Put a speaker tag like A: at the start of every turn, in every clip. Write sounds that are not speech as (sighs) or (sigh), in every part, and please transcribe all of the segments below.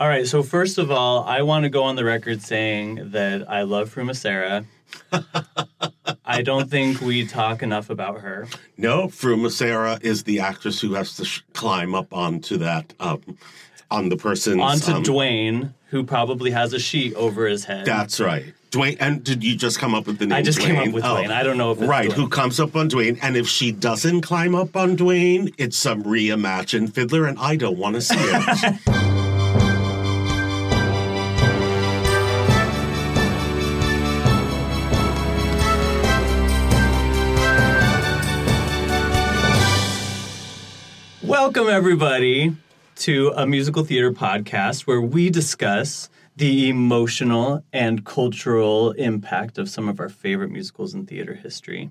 A: All right. So first of all, I want to go on the record saying that I love Fruma Sarah. I don't think we talk enough about her.
B: No, Fruma Sarah is the actress who has to sh- climb up onto that, um, on the person's.
A: Onto
B: um,
A: Dwayne, who probably has a sheet over his head.
B: That's right. Dwayne, and did you just come up with the name?
A: I just came up
B: Dwayne? Oh.
A: with Dwayne. I don't know if it's
B: right.
A: Dwayne.
B: Who comes up on Dwayne? And if she doesn't climb up on Dwayne, it's some reimagined fiddler, and I don't want to see
A: (laughs)
B: it.
A: Welcome, everybody, to a musical theater podcast where we discuss the emotional and cultural impact of some of our favorite musicals in theater history.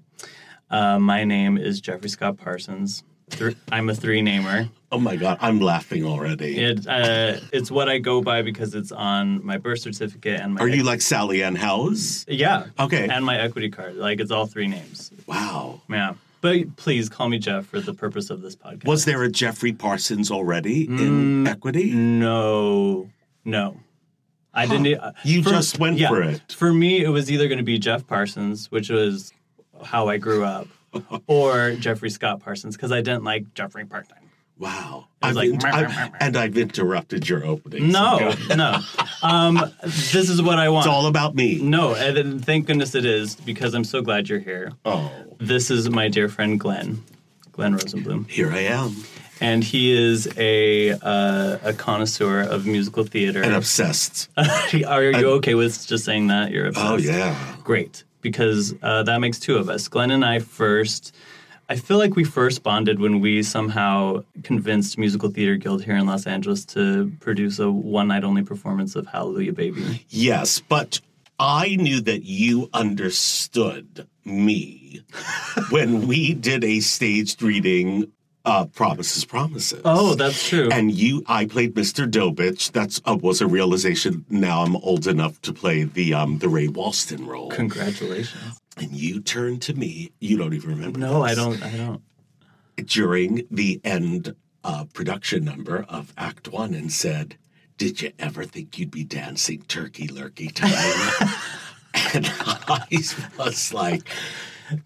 A: Uh, my name is Jeffrey Scott Parsons. Thr- I'm a three namer.
B: oh my god, I'm laughing already.
A: It, uh, it's what I go by because it's on my birth certificate and my.
B: Are you like Sally Ann Howes?
A: Yeah.
B: Okay.
A: And my equity card. Like it's all three names.
B: Wow.
A: Yeah. But please call me Jeff for the purpose of this podcast.
B: Was there a Jeffrey Parsons already in
A: Mm,
B: Equity?
A: No, no. I didn't. uh,
B: You just went for it.
A: For me, it was either going to be Jeff Parsons, which was how I grew
B: (laughs)
A: up, or Jeffrey Scott Parsons because I didn't like Jeffrey Parton.
B: Wow.
A: It was
B: I've
A: like,
B: in-
A: "Meow, meow,
B: I've-
A: meow, meow."
B: and I've interrupted your opening.
A: No,
B: so-
A: no. Um, this is what I want.
B: It's all about me.
A: no, and then thank goodness it is because I'm so glad you're here.
B: Oh,
A: This is my dear friend Glenn, Glenn Rosenblum.
B: here I am.
A: and he is a uh, a connoisseur of musical theater.
B: And obsessed.
A: (laughs) Are you okay with just saying that? You're obsessed. (laughs)
B: Oh, yeah.
A: great because uh, that makes two of us. Glenn and I first. I feel like we first bonded when we somehow convinced Musical Theater Guild here in Los Angeles to produce a one night only performance of Hallelujah Baby.
B: Yes, but I knew that you understood
A: (laughs)
B: me when we did a staged reading of Promises, Promises.
A: Oh, that's true.
B: And you, I played Mr. Dobitch. That's uh, was a realization. Now I'm old enough to play the um the Ray Walston role.
A: Congratulations.
B: and you turned to me. You don't even remember.
A: No, I
B: this.
A: don't. I don't.
B: during the end uh, production number of Act One and said, Did you ever think you'd be dancing turkey lurkey tonight? (laughs) and I was like,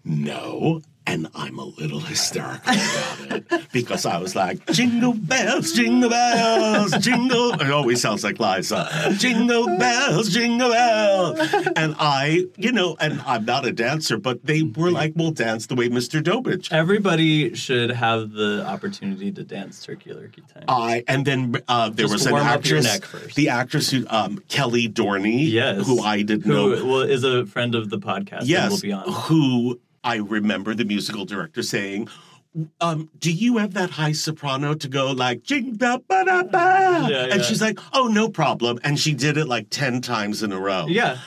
B: No. And I'm a little hysterical about it because I was like, jingle bells, jingle bells, jingle. It always sounds like Liza. Jingle bells, jingle bells. And I, you know, and I'm not a dancer, but they were like, we'll dance the way Mr. Dobitch
A: Everybody should have the opportunity to dance Turkey Lurkey time.
B: I and then uh, there
A: Just
B: was an
A: warm up your
B: actress,
A: neck first.
B: the actress who um, Kelly Dorney,
A: yes.
B: who I didn't
A: Who,
B: know,
A: Well, is a friend of the podcast. and
B: yes,
A: will be on.
B: who I remember the musical director saying, um, "Do you have that high soprano to go like jing da ba da ba?"
A: Yeah, yeah.
B: And she's like, "Oh, no problem," and she did it like ten times in a row.
A: Yeah,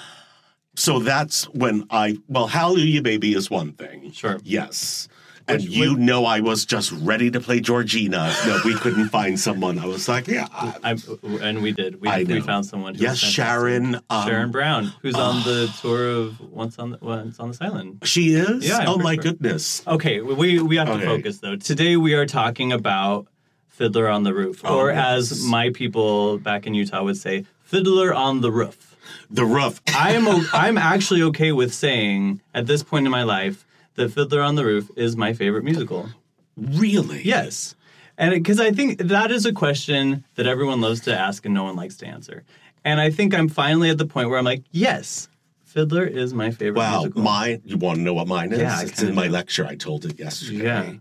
B: So that's when I well, Hallelujah Baby is one thing.
A: Sure.
B: Yes. And you know, I was just ready to play Georgina. No, we couldn't find someone. I was like, yeah, I-
A: I, and we did. We, we
B: I know.
A: found someone. Who
B: Yes,
A: was fantastic.
B: Sharon, um,
A: Sharon Brown, who's on the tour of Once on the, Once on this Island.
B: She is?
A: Yeah, I'm
B: oh
A: pretty
B: my
A: sure.
B: goodness.
A: Okay, we we have
B: Okay.
A: to focus though. Today we are talking about Fiddler on the Roof,
B: Oh,
A: or
B: yes.
A: as my people back in Utah would say, Fiddler on the Roof.
B: The roof.
A: I am o- I'm actually okay with saying at this point in my life that Fiddler on the Roof is my favorite musical.
B: Really?
A: Yes. And because I think that is a question that everyone loves to ask and no one likes to answer. And I think I'm finally at the point where I'm like, yes, Fiddler is my favorite
B: Wow.
A: musical.
B: Mine. You want to know what mine is?
A: Yeah, I
B: it's
A: kinda
B: in my
A: do.
B: lecture. I told it yesterday.
A: Yeah.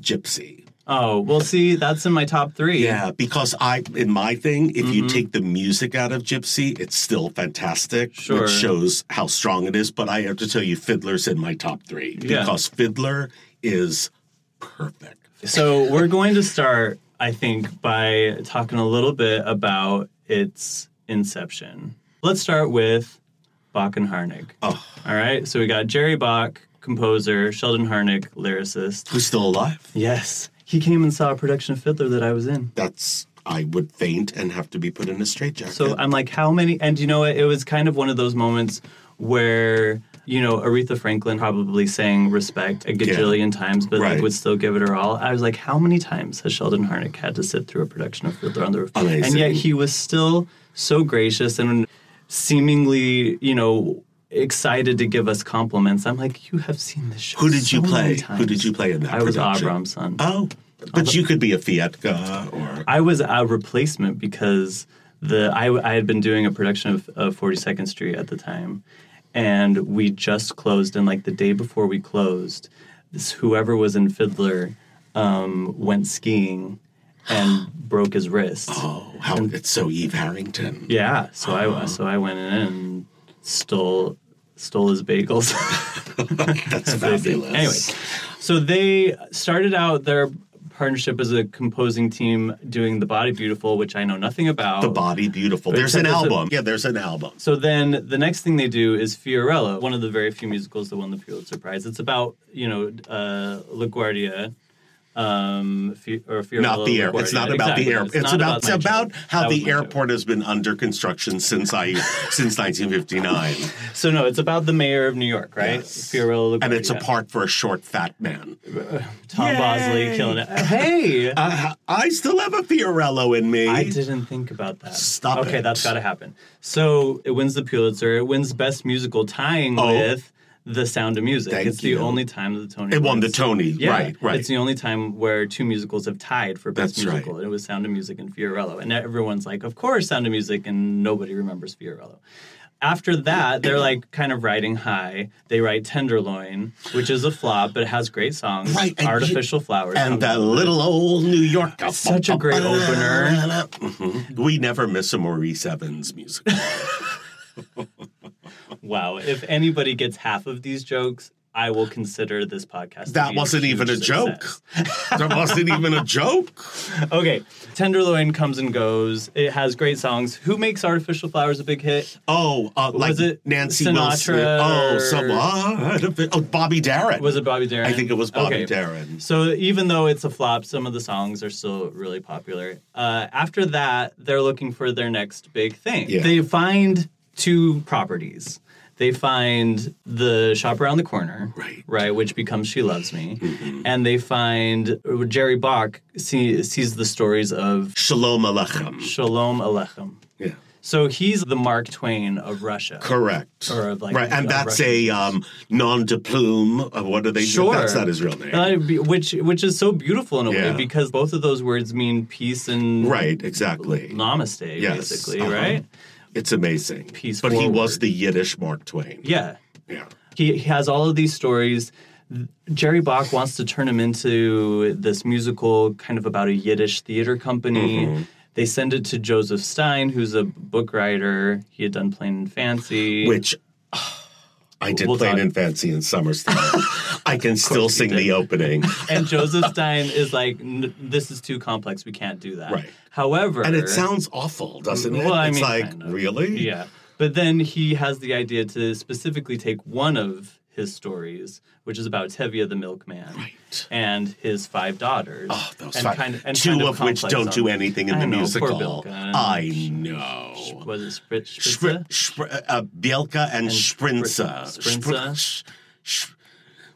B: Gypsy.
A: oh, well, see, that's in my top three.
B: Yeah, because I in my thing, if you
A: Mm-hmm.
B: take the music out of Gypsy, it's still fantastic,
A: Sure.
B: which shows how strong it is. But I have to tell you, Fiddler's in my top three
A: Yeah.
B: because Fiddler is perfect.
A: So we're going to start, I think, by talking a little bit about its inception. Let's start with Bach and Harnick.
B: Oh.
A: All right. So we got Jerry Bach, composer, Sheldon Harnick, lyricist.
B: Who's still alive?
A: Yes. He came and saw a production of Fiddler that I was in.
B: That's I would faint and have to be put in a straitjacket.
A: So I'm like, how many? And you know what? It was kind of one of those moments where, you know, Aretha Franklin probably sang Respect a gajillion times, but like
B: Right.
A: would still give it her all. I was like, how many times has Sheldon Harnick had to sit through a production of Fiddler on the Roof? And
B: Amazing.
A: yet he was still so gracious and seemingly, you know, excited to give us compliments. I'm like, you have seen this show.
B: Who did you
A: so many
B: play?
A: times."
B: Who did you play in that
A: I was
B: production?
A: Abram's son.
B: Oh, but you could be a Fietka or
A: I was a replacement because the I, I had been doing a production of, of 42nd Street at the time, and we just closed. And like the day before we closed, this whoever was in Fiddler um, went skiing
B: (gasps)
A: and broke his wrist.
B: oh, how it's so Eve Harrington.
A: Yeah, so I so I went in and stole stole his
B: (laughs)
A: bagels.
B: (laughs)
A: (laughs)
B: That's
A: That's it.
B: fabulous.
A: Anyway, so they started out their partnership as a composing team doing The Body Beautiful, which I know nothing about.
B: The Body Beautiful. There's
A: Except
B: an
A: it's a-
B: album. yeah, there's an album.
A: So then the next thing they do is Fiorella, one of the very few musicals that won the Pulitzer Prize. It's about, you know, uh, LaGuardia. Um, Fi- or Fiorella
B: Not the air.
A: LaGuardia.
B: It's not about
A: Exactly.
B: the airport. It's,
A: not
B: about, it's
A: my
B: about
A: joke.
B: how
A: That was
B: the
A: my joke.
B: airport has been under construction since I
A: (laughs)
B: since 1959,
A: So no, it's about the mayor of New York, right?
B: Yes.
A: Fiorella LaGuardia.
B: and it's a part for a short fat man.
A: Tom Bosley killing it. Hey,
B: Uh, (laughs) I still have a Fiorello in me.
A: I didn't think about that.
B: Stop
A: Okay,
B: it.
A: that's got to happen. So it wins the Pulitzer. It wins Best Musical, tying
B: Oh.
A: with The Sound of Music.
B: Thank
A: it's
B: you.
A: the only time that the Tony.
B: It won the
A: wins.
B: Tony.
A: Yeah,
B: Right, right.
A: It's the only time where two musicals have tied for Best
B: That's right.
A: Musical. And it was Sound of Music and Fiorello, and everyone's like, "Of course, Sound of Music," and nobody remembers Fiorello. After that, they're like kind of riding high. They write Tenderloin, which is a flop, but it has great songs.
B: Right, and you-
A: Artificial Flowers.
B: and
A: comes
B: that
A: out of it.
B: little old New Yorker.
A: Such a great opener.
B: Mhm. We never miss a Maurice Evans musical.
A: Wow. If anybody gets half of these jokes, I will consider this podcast. to
B: That
A: be
B: wasn't
A: huge
B: even a joke.
A: success.
B: that wasn't even a joke.
A: Okay. Tenderloin comes and goes. It has great songs. Who makes Artificial Flowers a big hit?
B: Oh, uh, like
A: Was it
B: Nancy Wilson.
A: Sinatra
B: Oh,
A: or-
B: someone. Oh, Bobby Darren.
A: Was it Bobby Darin?
B: I think it was Bobby
A: Okay.
B: Darin.
A: So even though it's a flop, some of the songs are still really popular. Uh, after that, they're looking for their next big thing.
B: Yeah.
A: They find two properties. They find the shop around the corner,
B: Right. Mm-hmm.
A: Right, which becomes "She Loves Me," and they find Jerry Bach see, sees the stories of
B: Shalom Aleichem.
A: Shalom Aleichem.
B: Yeah.
A: So he's the Mark Twain of Russia.
B: Correct.
A: Or of, like,
B: right, and
A: of
B: that's
A: Russian
B: a um, non de plume. uh, What do they?
A: Sure,
B: That's not his real name.
A: Uh, be- which which is so beautiful in a
B: Yeah.
A: way because both of those words mean peace and
B: right, exactly.
A: namaste,
B: Yes,
A: basically,
B: uh-huh.
A: right?
B: It's amazing.
A: Peace
B: but he was
A: forward.
B: the Yiddish Mark Twain.
A: Yeah.
B: Yeah.
A: He, he has all of these stories. Jerry Bach wants to turn him into this musical kind of about a Yiddish theater company.
B: Mm-hmm.
A: They send it to Joseph Stein, who's a book writer. He had done Plain and Fancy.
B: Which I did
A: We'll
B: Plain
A: talk.
B: and Fancy in
A: (laughs)
B: summer style. I can still sing the opening.
A: And Joseph Stein is like, "N- this is too complex. We can't do that.
B: Right.
A: However,
B: And it sounds awful, doesn't it?
A: Well, I
B: it's
A: mean,
B: like,
A: kind of.
B: really?
A: Yeah. (laughs) But then he has the idea to specifically take one of his stories, which is about Tevye the milkman
B: Right.
A: and his five daughters.
B: Oh, those
A: and
B: five.
A: kind of- and
B: Two
A: kind
B: of, which
A: complex
B: don't
A: on-
B: do anything in
A: I
B: the
A: know, poor
B: musical.
A: Bilka.
B: I know.
A: Was it Sprit- Spritza?
B: Spri- Spri- uh, Bielka and,
A: Spri-
B: Sprinza.
A: Sprinza.
B: Spr- sh- sh-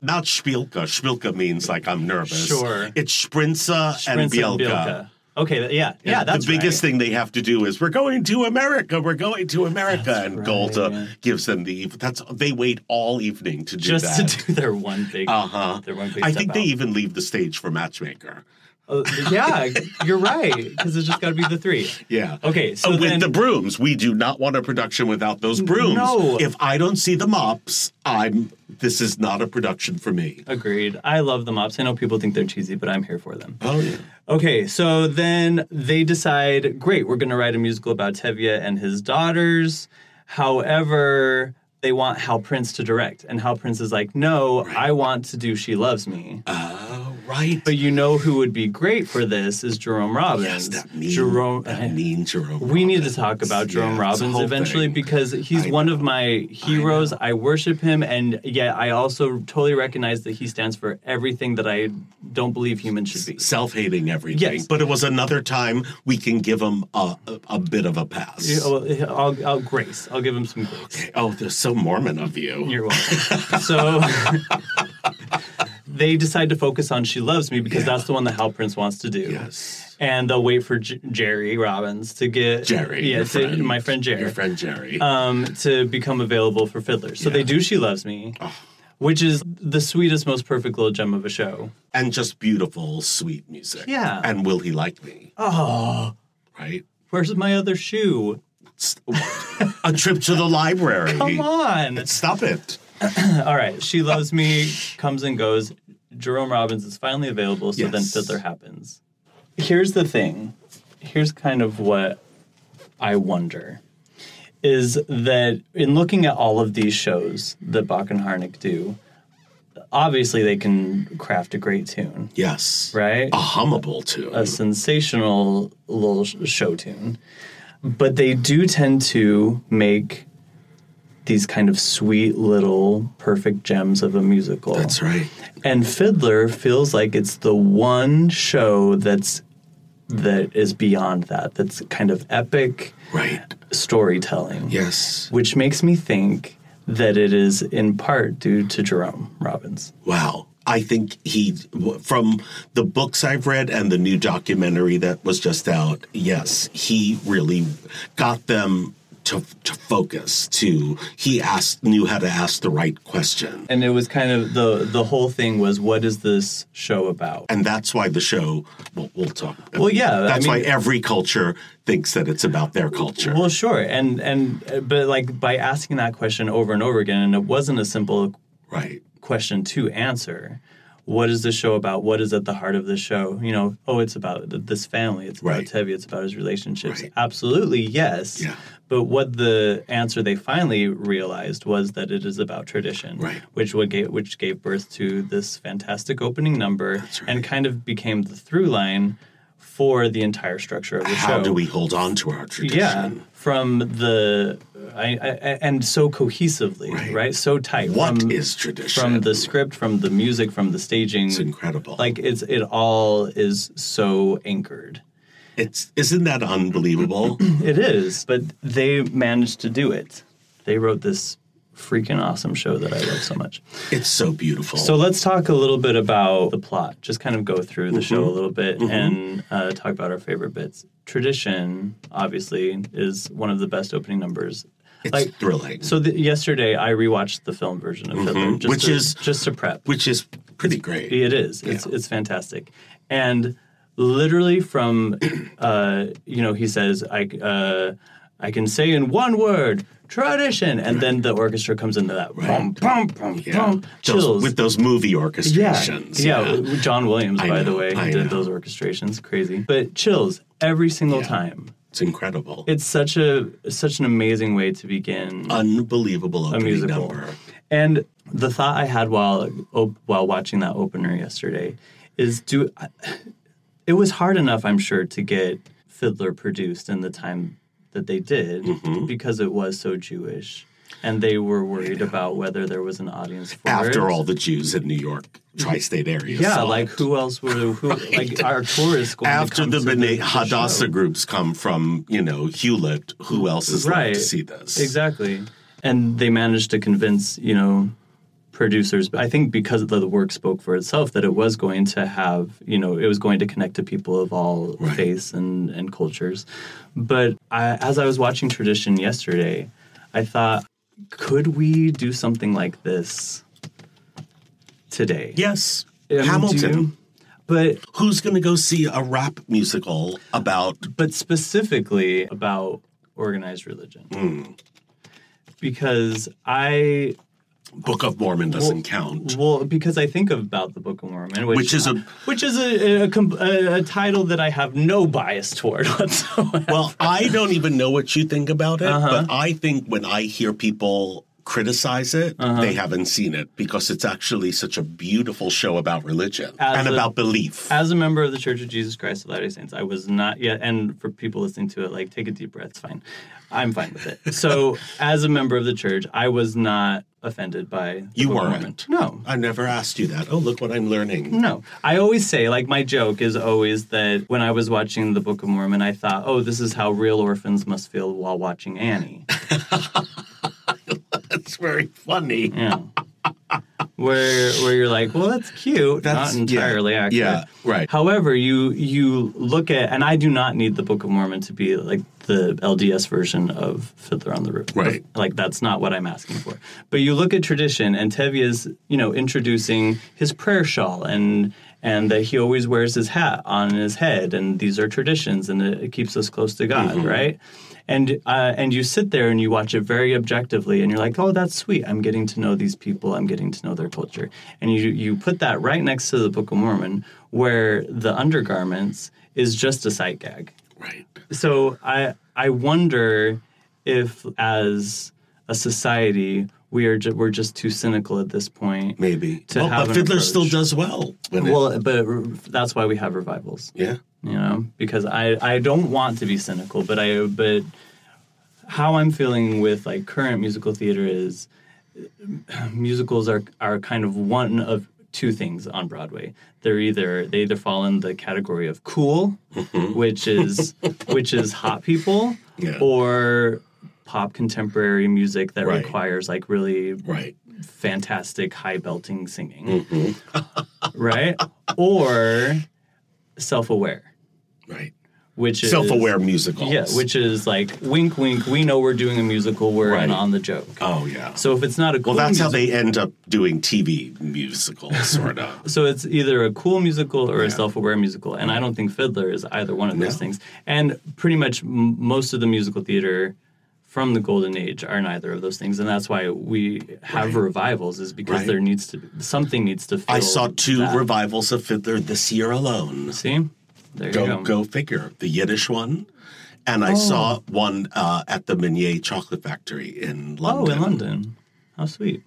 B: not Spielka. Spielka means like I'm nervous.
A: Sure.
B: It's Sprinza,
A: Sprinza and
B: and Bielka.
A: Bielka. Okay, th- yeah, yeah, that's
B: the biggest
A: right.
B: thing they have to do is we're going to America, we're going to America, and
A: right.
B: Golda gives them the eve- that's they wait all evening to do
A: Just
B: that.
A: to do their one big,
B: uh-huh.
A: their one big.
B: I
A: step
B: think they
A: out.
B: even leave the stage for Matchmaker.
A: Uh, yeah, you're right. Because it's just got to be the three.
B: (laughs) Yeah.
A: Okay, so
B: Uh, with
A: then-
B: the brooms, we do not want a production without those brooms.
A: No.
B: If I don't see the mops, I'm this is not a production for me.
A: Agreed. I love the mops. I know people think they're cheesy, but I'm here for them.
B: Oh yeah.
A: Okay, so then they decide, great, we're going to write a musical about Tevye and his daughters. However, they want Hal Prince to direct, and Hal Prince is like, no, I want to do She Loves Me.
B: Oh, right.
A: but you know who would be great for this is Jerome Robbins.
B: yes, that mean
A: Jerome. (laughs)
B: that mean Jerome.
A: we need to
B: Robbins.
A: talk about Jerome
B: Yeah, it's a
A: Robbins
B: whole
A: eventually
B: thing.
A: because he's
B: I
A: one of my heroes. I, worship him, and yet I also totally recognize that he stands for everything that I don't believe humans should be.
B: self-hating everything.
A: Yes.
B: But it was another time we can give him a, a, a bit of a pass.
A: Yeah, well, I'll, I'll grace. I'll give him some grace.
B: oh, they're so Mormon of you.
A: You're
B: (laughs)
A: welcome. so (laughs) they decide to focus on "She Loves Me" because that's the one that Hal Prince wants to do.
B: Yes.
A: And they'll wait for J- Jerry Robbins to get
B: Jerry.
A: yeah,
B: your
A: to- my friend Jerry,
B: Your friend Jerry.
A: um, to become available for fiddlers. So they do "She Loves Me," which is the sweetest, most perfect little gem of a show.
B: and just beautiful, sweet music.
A: Yeah.
B: And will he like me? Oh. Right?
A: Where's my other shoe?
B: S- a trip to the
A: (laughs)
B: library.
A: Come on.
B: Stop it.
A: All right. She Loves Me comes and goes. Jerome Robbins is finally available, so then
B: Yes.
A: Fiddler happens. Here's the thing. Here's kind of what I wonder is that in looking at all of these shows that Bach and Harnick do, obviously they can craft a great tune,
B: Yes.
A: right?
B: A hummable too.
A: a sensational little sh- show tune, but they do tend to make these kind of sweet little perfect gems of a musical.
B: That's right.
A: And Fiddler feels like it's the one show that's that is beyond that. That's kind of epic
B: Right.
A: storytelling.
B: Yes.
A: Which makes me think that it is in part due to Jerome Robbins.
B: Wow. I think he, from the books I've read and the new documentary that was just out, yes, he really got them to, to focus. To he asked, knew how to ask the right question,
A: And it was kind of the the whole thing was what is this show about?
B: and that's why the show. We'll, we'll talk.
A: Well, yeah, I
B: that's
A: mean-
B: why every culture thinks that it's about their culture.
A: Well, sure, and and but like by asking that question over and over again, and it wasn't a simple
B: right.
A: question to answer. What is the show about? What is at the heart of the show? You know, oh, it's about th- this family. It's about
B: Right.
A: Tevye. It's about his relationships.
B: Right.
A: Absolutely, yes.
B: Yeah.
A: But what the answer they finally realized was that it is about tradition,
B: Right.
A: which would gave, which gave birth to this fantastic opening number and kind of became the through line for the entire structure of the show
B: How do we hold on to our tradition?
A: yeah from the I, I, and so cohesively right,
B: Right.
A: so tight
B: What
A: from,
B: is tradition?
A: from the script from the music from the staging
B: It's incredible.
A: like it's it all is so anchored
B: it's isn't that unbelievable?
A: (clears throat) it is but they managed to do it they wrote this freaking awesome show that i love so much
B: it's so beautiful.
A: so let's talk a little bit about the plot just kind of go through the show
B: Mm-hmm.
A: a little bit and uh, talk about our favorite bits tradition obviously is one of the best opening numbers
B: it's
A: like-
B: thrilling.
A: So the, yesterday I rewatched the film version of Fiddler, just
B: Mm-hmm. Which
A: to,
B: is-
A: just to prep.
B: which is pretty great.
A: it is, it's it's fantastic, and literally from, uh, you know, he says I uh, I can say in one word tradition, and then the orchestra comes into that bum bum bum bum
B: Those-
A: chills.
B: with those movie
A: yeah,
B: orchestrations.
A: yeah. w- John Williams,
B: I
A: by the
B: know,
A: way,
B: I
A: did
B: know.
A: those orchestrations, crazy. But chills every single time.
B: It's incredible.
A: It's such a such an amazing way to begin
B: Unbelievable
A: a
B: opening
A: musical.
B: number.
A: And the thought I had while op- while watching that opener yesterday is do (sighs) it was hard enough I'm sure to get Fiddler produced in the time that they did
B: Mm-hmm.
A: because it was so Jewish and they were worried about whether there was an audience for it.
B: After all, the Jews in New York tri-state area.
A: yeah,
B: saw
A: like
B: it.
A: who else were who like our tourists going
B: after
A: to come
B: the
A: to the
B: B'nai Hadassah
A: show?
B: groups come from you know Hewlett, who else is right.
A: Right.
B: to see this?
A: Exactly. And they managed to convince, you know, producers. I think because the work spoke for itself, that it was going to have, you know, it was going to connect to people of all faiths and, and cultures. But I, as I was watching Tradition yesterday, I thought, could we do something like this today?
B: Yes.
A: Um,
B: Hamilton.
A: do- but
B: Who's going to go see a rap musical about
A: but specifically about organized religion. Because I
B: Book of Mormon doesn't count?
A: well, because I think about the Book of Mormon, which,
B: Which is a-
A: which is a, a, com- a, a title that I have no bias toward (laughs) whatsoever.
B: Well, I don't even know what you think about it,
A: Uh-huh.
B: but I think when I hear people criticize it,
A: Uh-huh.
B: they haven't seen it because it's actually such a beautiful show about religion
A: As
B: and
A: a-
B: about belief.
A: As a member of the Church of Jesus Christ of Latter-day Saints, I was not yet. And for people listening to it, like take a deep breath. It's fine. I'm fine with it.
B: (laughs)
A: So, as a member of the church, I was not offended by the
B: You
A: Book of
B: weren't.
A: Mormon. No,
B: I never asked you that. Oh, look what I'm learning.
A: No. I always say, like, my joke is always that when I was watching the Book of Mormon, I thought, oh, this is how real orphans must feel while watching Annie.
B: That's very funny.
A: Yeah. where where you're like, well, that's cute.
B: That's-
A: not
B: yeah.
A: entirely accurate.
B: Yeah, right.
A: However, you you look at, and I do not need the Book of Mormon to be like the LDS version of Fiddler on the Roof.
B: Right.
A: Like that's not what I'm asking for. But you look at tradition, and Tevia's you know introducing his prayer shawl and. And that he always wears his hat on his head, and these are traditions, and it it keeps us close to God, right? and uh, and you sit there and you watch it very objectively and you're like oh that's sweet i'm getting to know these people i'm getting to know their culture and you you put that right next to the book of mormon where the undergarments is just a sight gag
B: Right.
A: so i i wonder if as a society we are ju- we're just too cynical at this point
B: Maybe.
A: To
B: Well,
A: have
B: but
A: an
B: Fiddler
A: approach.
B: still does well. when it-
A: well uh, but that's why we have revivals
B: yeah.
A: you know
B: Mm-hmm.
A: because i i don't want to be cynical but i but how i'm feeling with like current musical theater is (clears throat) musicals are are kind of one of two things on broadway they're either they either fall in the category of cool which
B: (laughs)
A: is which is hot people
B: Mm-hmm. Yeah.
A: or pop contemporary music that
B: Right.
A: requires like really
B: Right.
A: fantastic high belting singing
B: Mm-hmm. (laughs)
A: right or self-aware
B: Right.
A: which is
B: Self-aware musicals.
A: Yeah, which is like wink, wink. We know we're doing a musical. We're in
B: Right.
A: on the joke.
B: Oh yeah.
A: So if it's not a cool
B: well, that's how
A: music-
B: they end up doing TV musicals, sort of.
A: So it's either a cool musical or a self-aware musical, and I don't think Fiddler is either one of those
B: No.
A: things. And pretty much m- most of the musical theater from the golden age are neither of those things, and that's why we have revivals is because
B: Right.
A: there needs to something needs to. Fill
B: I saw two
A: that.
B: revivals of Fiddler this year alone.
A: See, there you
B: Go,
A: go.
B: go figure. The Yiddish one. And I saw one uh, at the Meunier Chocolate Factory in
A: Oh,
B: London.
A: in London, how sweet.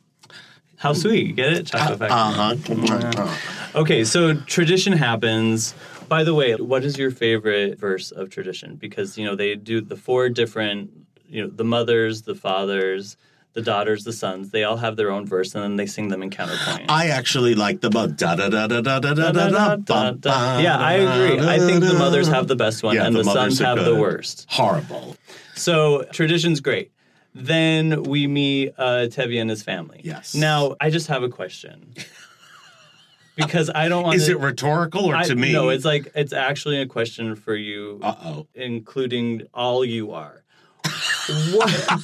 A: How sweet, get it? Chocolate Factory.
B: Uh huh.
A: Okay, so tradition happens. By the way, what is your favorite verse of tradition? Because you know they do the four different, you know, the mothers, the fathers, the daughters, the sons. They all have their own verse, and then they sing them in counterpoint.
B: I actually like the mo- da da da da da da da da da
A: Da-da-da-da-da. Yeah, I agree. I think the mothers have the best one,
B: Yeah,
A: and the,
B: mothers
A: sons
B: are
A: have the
B: good.
A: worst.
B: Horrible.
A: So tradition's great. Then we meet uh, Tevye and his family.
B: Yes.
A: Now I just have a question because I don't want.
B: (laughs) Is it rhetorical or
A: I-
B: to me?
A: No, it's like it's actually a question for you,
B: uh oh.
A: including all you
B: (laughs)
A: are. what?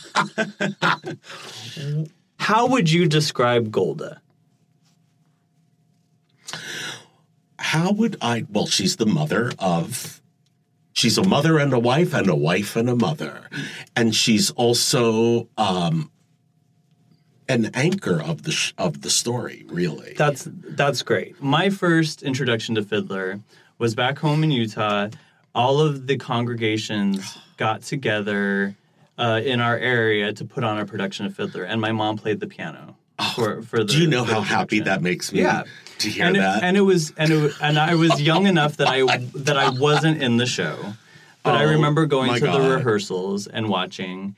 A: How would you describe Golda?
B: How would I? Well, she's the mother of. She's a mother and a wife, and a wife and a mother, and she's also um, an anchor of the sh- of the story. Really,
A: That's that's great. My first introduction to Fiddler was back home in Utah. All of the congregations got together uh, in our area to put on a production of Fiddler, and my mom played the piano for for the.
B: Oh, Do you know
A: for the
B: how happy
A: production.
B: that makes me?
A: Yeah.
B: to hear
A: and it,
B: that. Oh
A: and it was and it, and I
B: (laughs)
A: was young enough that I that I wasn't in the show, but I
B: Oh,
A: remember going
B: my
A: to the
B: God.
A: rehearsals and watching,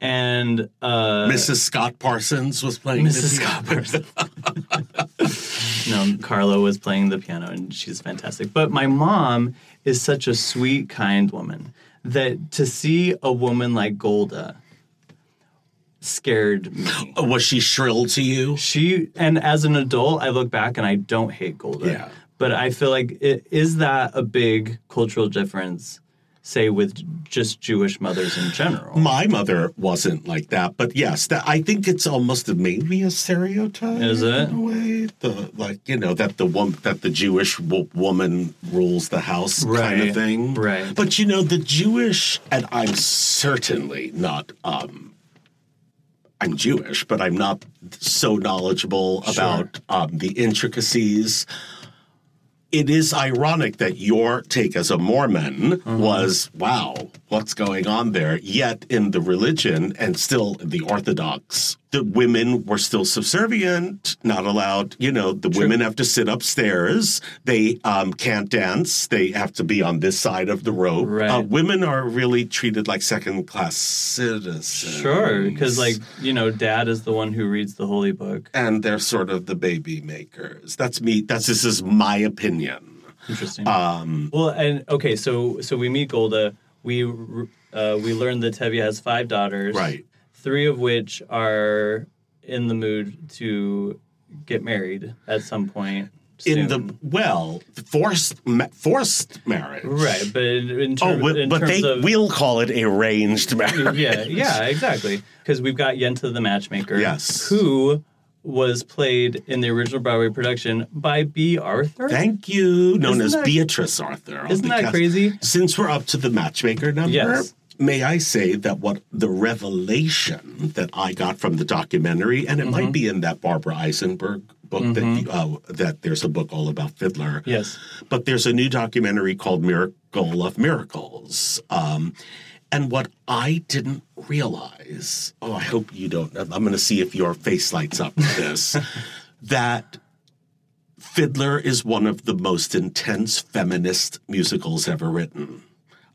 A: and uh,
B: Mrs. Scott Parsons was playing
A: Mrs.
B: the piano.
A: Coppers. no, Carla was playing the piano and she's fantastic. But my mom is such a sweet, kind woman that to see a woman like Golda scared me.
B: Was she shrill to you?
A: She and as an adult, I look back and I don't hate Golda.
B: Yeah.
A: But I feel like i- is that a big cultural difference, say with just Jewish mothers in general?
B: My mother wasn't like that, but yes, that I think it's almost a- maybe a stereotype.
A: Is it?
B: in a way? The like you know that the one that the Jewish wo- woman rules the house kind
A: Right,
B: of thing,
A: right.
B: But you know the Jewish, and I'm certainly not. um I'm Jewish, but I'm not so knowledgeable about um, the intricacies. It is ironic that your take as a Mormon
A: Mm-hmm.
B: was, wow, what's going on there? Yet in the religion and still in the Orthodox, the women were still subservient, not allowed. You know, the women have to sit upstairs. They um, can't dance. They have to be on this side of the rope. Uh,
A: Right.
B: women are really treated like second class citizens.
A: Sure, because like you know, dad is the one who reads the holy book.
B: and they're sort of the baby makers. That's me. That's this is my opinion.
A: Interesting. Um, well, and okay, so so we meet Golda. We r- uh, we learn that Tevye has five daughters,
B: Right.
A: Three of which are in the mood to get married at some point. soon.
B: In the well, forced ma- forced marriage.
A: right, but in, in,
B: Oh,
A: term,
B: wi-
A: in
B: but
A: terms
B: they
A: of
B: will call it arranged marriage.
A: yeah,
B: (laughs)
A: yeah, exactly. Because we've got Yenta the Matchmaker,
B: Yes.
A: who was played in the original Broadway production by B. Arthur.
B: Thank you. Known
A: Isn't
B: as
A: that-
B: Beatrice Arthur. on
A: isn't
B: the
A: that crazy?
B: Since we're up to the matchmaker number,
A: Yes.
B: may I say that what the revelation that I got from the documentary, and it
A: Mm-hmm.
B: might be in that Barbara Eisenberg book that you, uh, that there's a book all about Fiddler.
A: Yes.
B: But there's a new documentary called Miracle of Miracles. Um, and what I didn't realize, oh, I hope you don't. I'm going to see if your face lights up with this. (laughs) that Fiddler is one of the most intense feminist musicals ever written.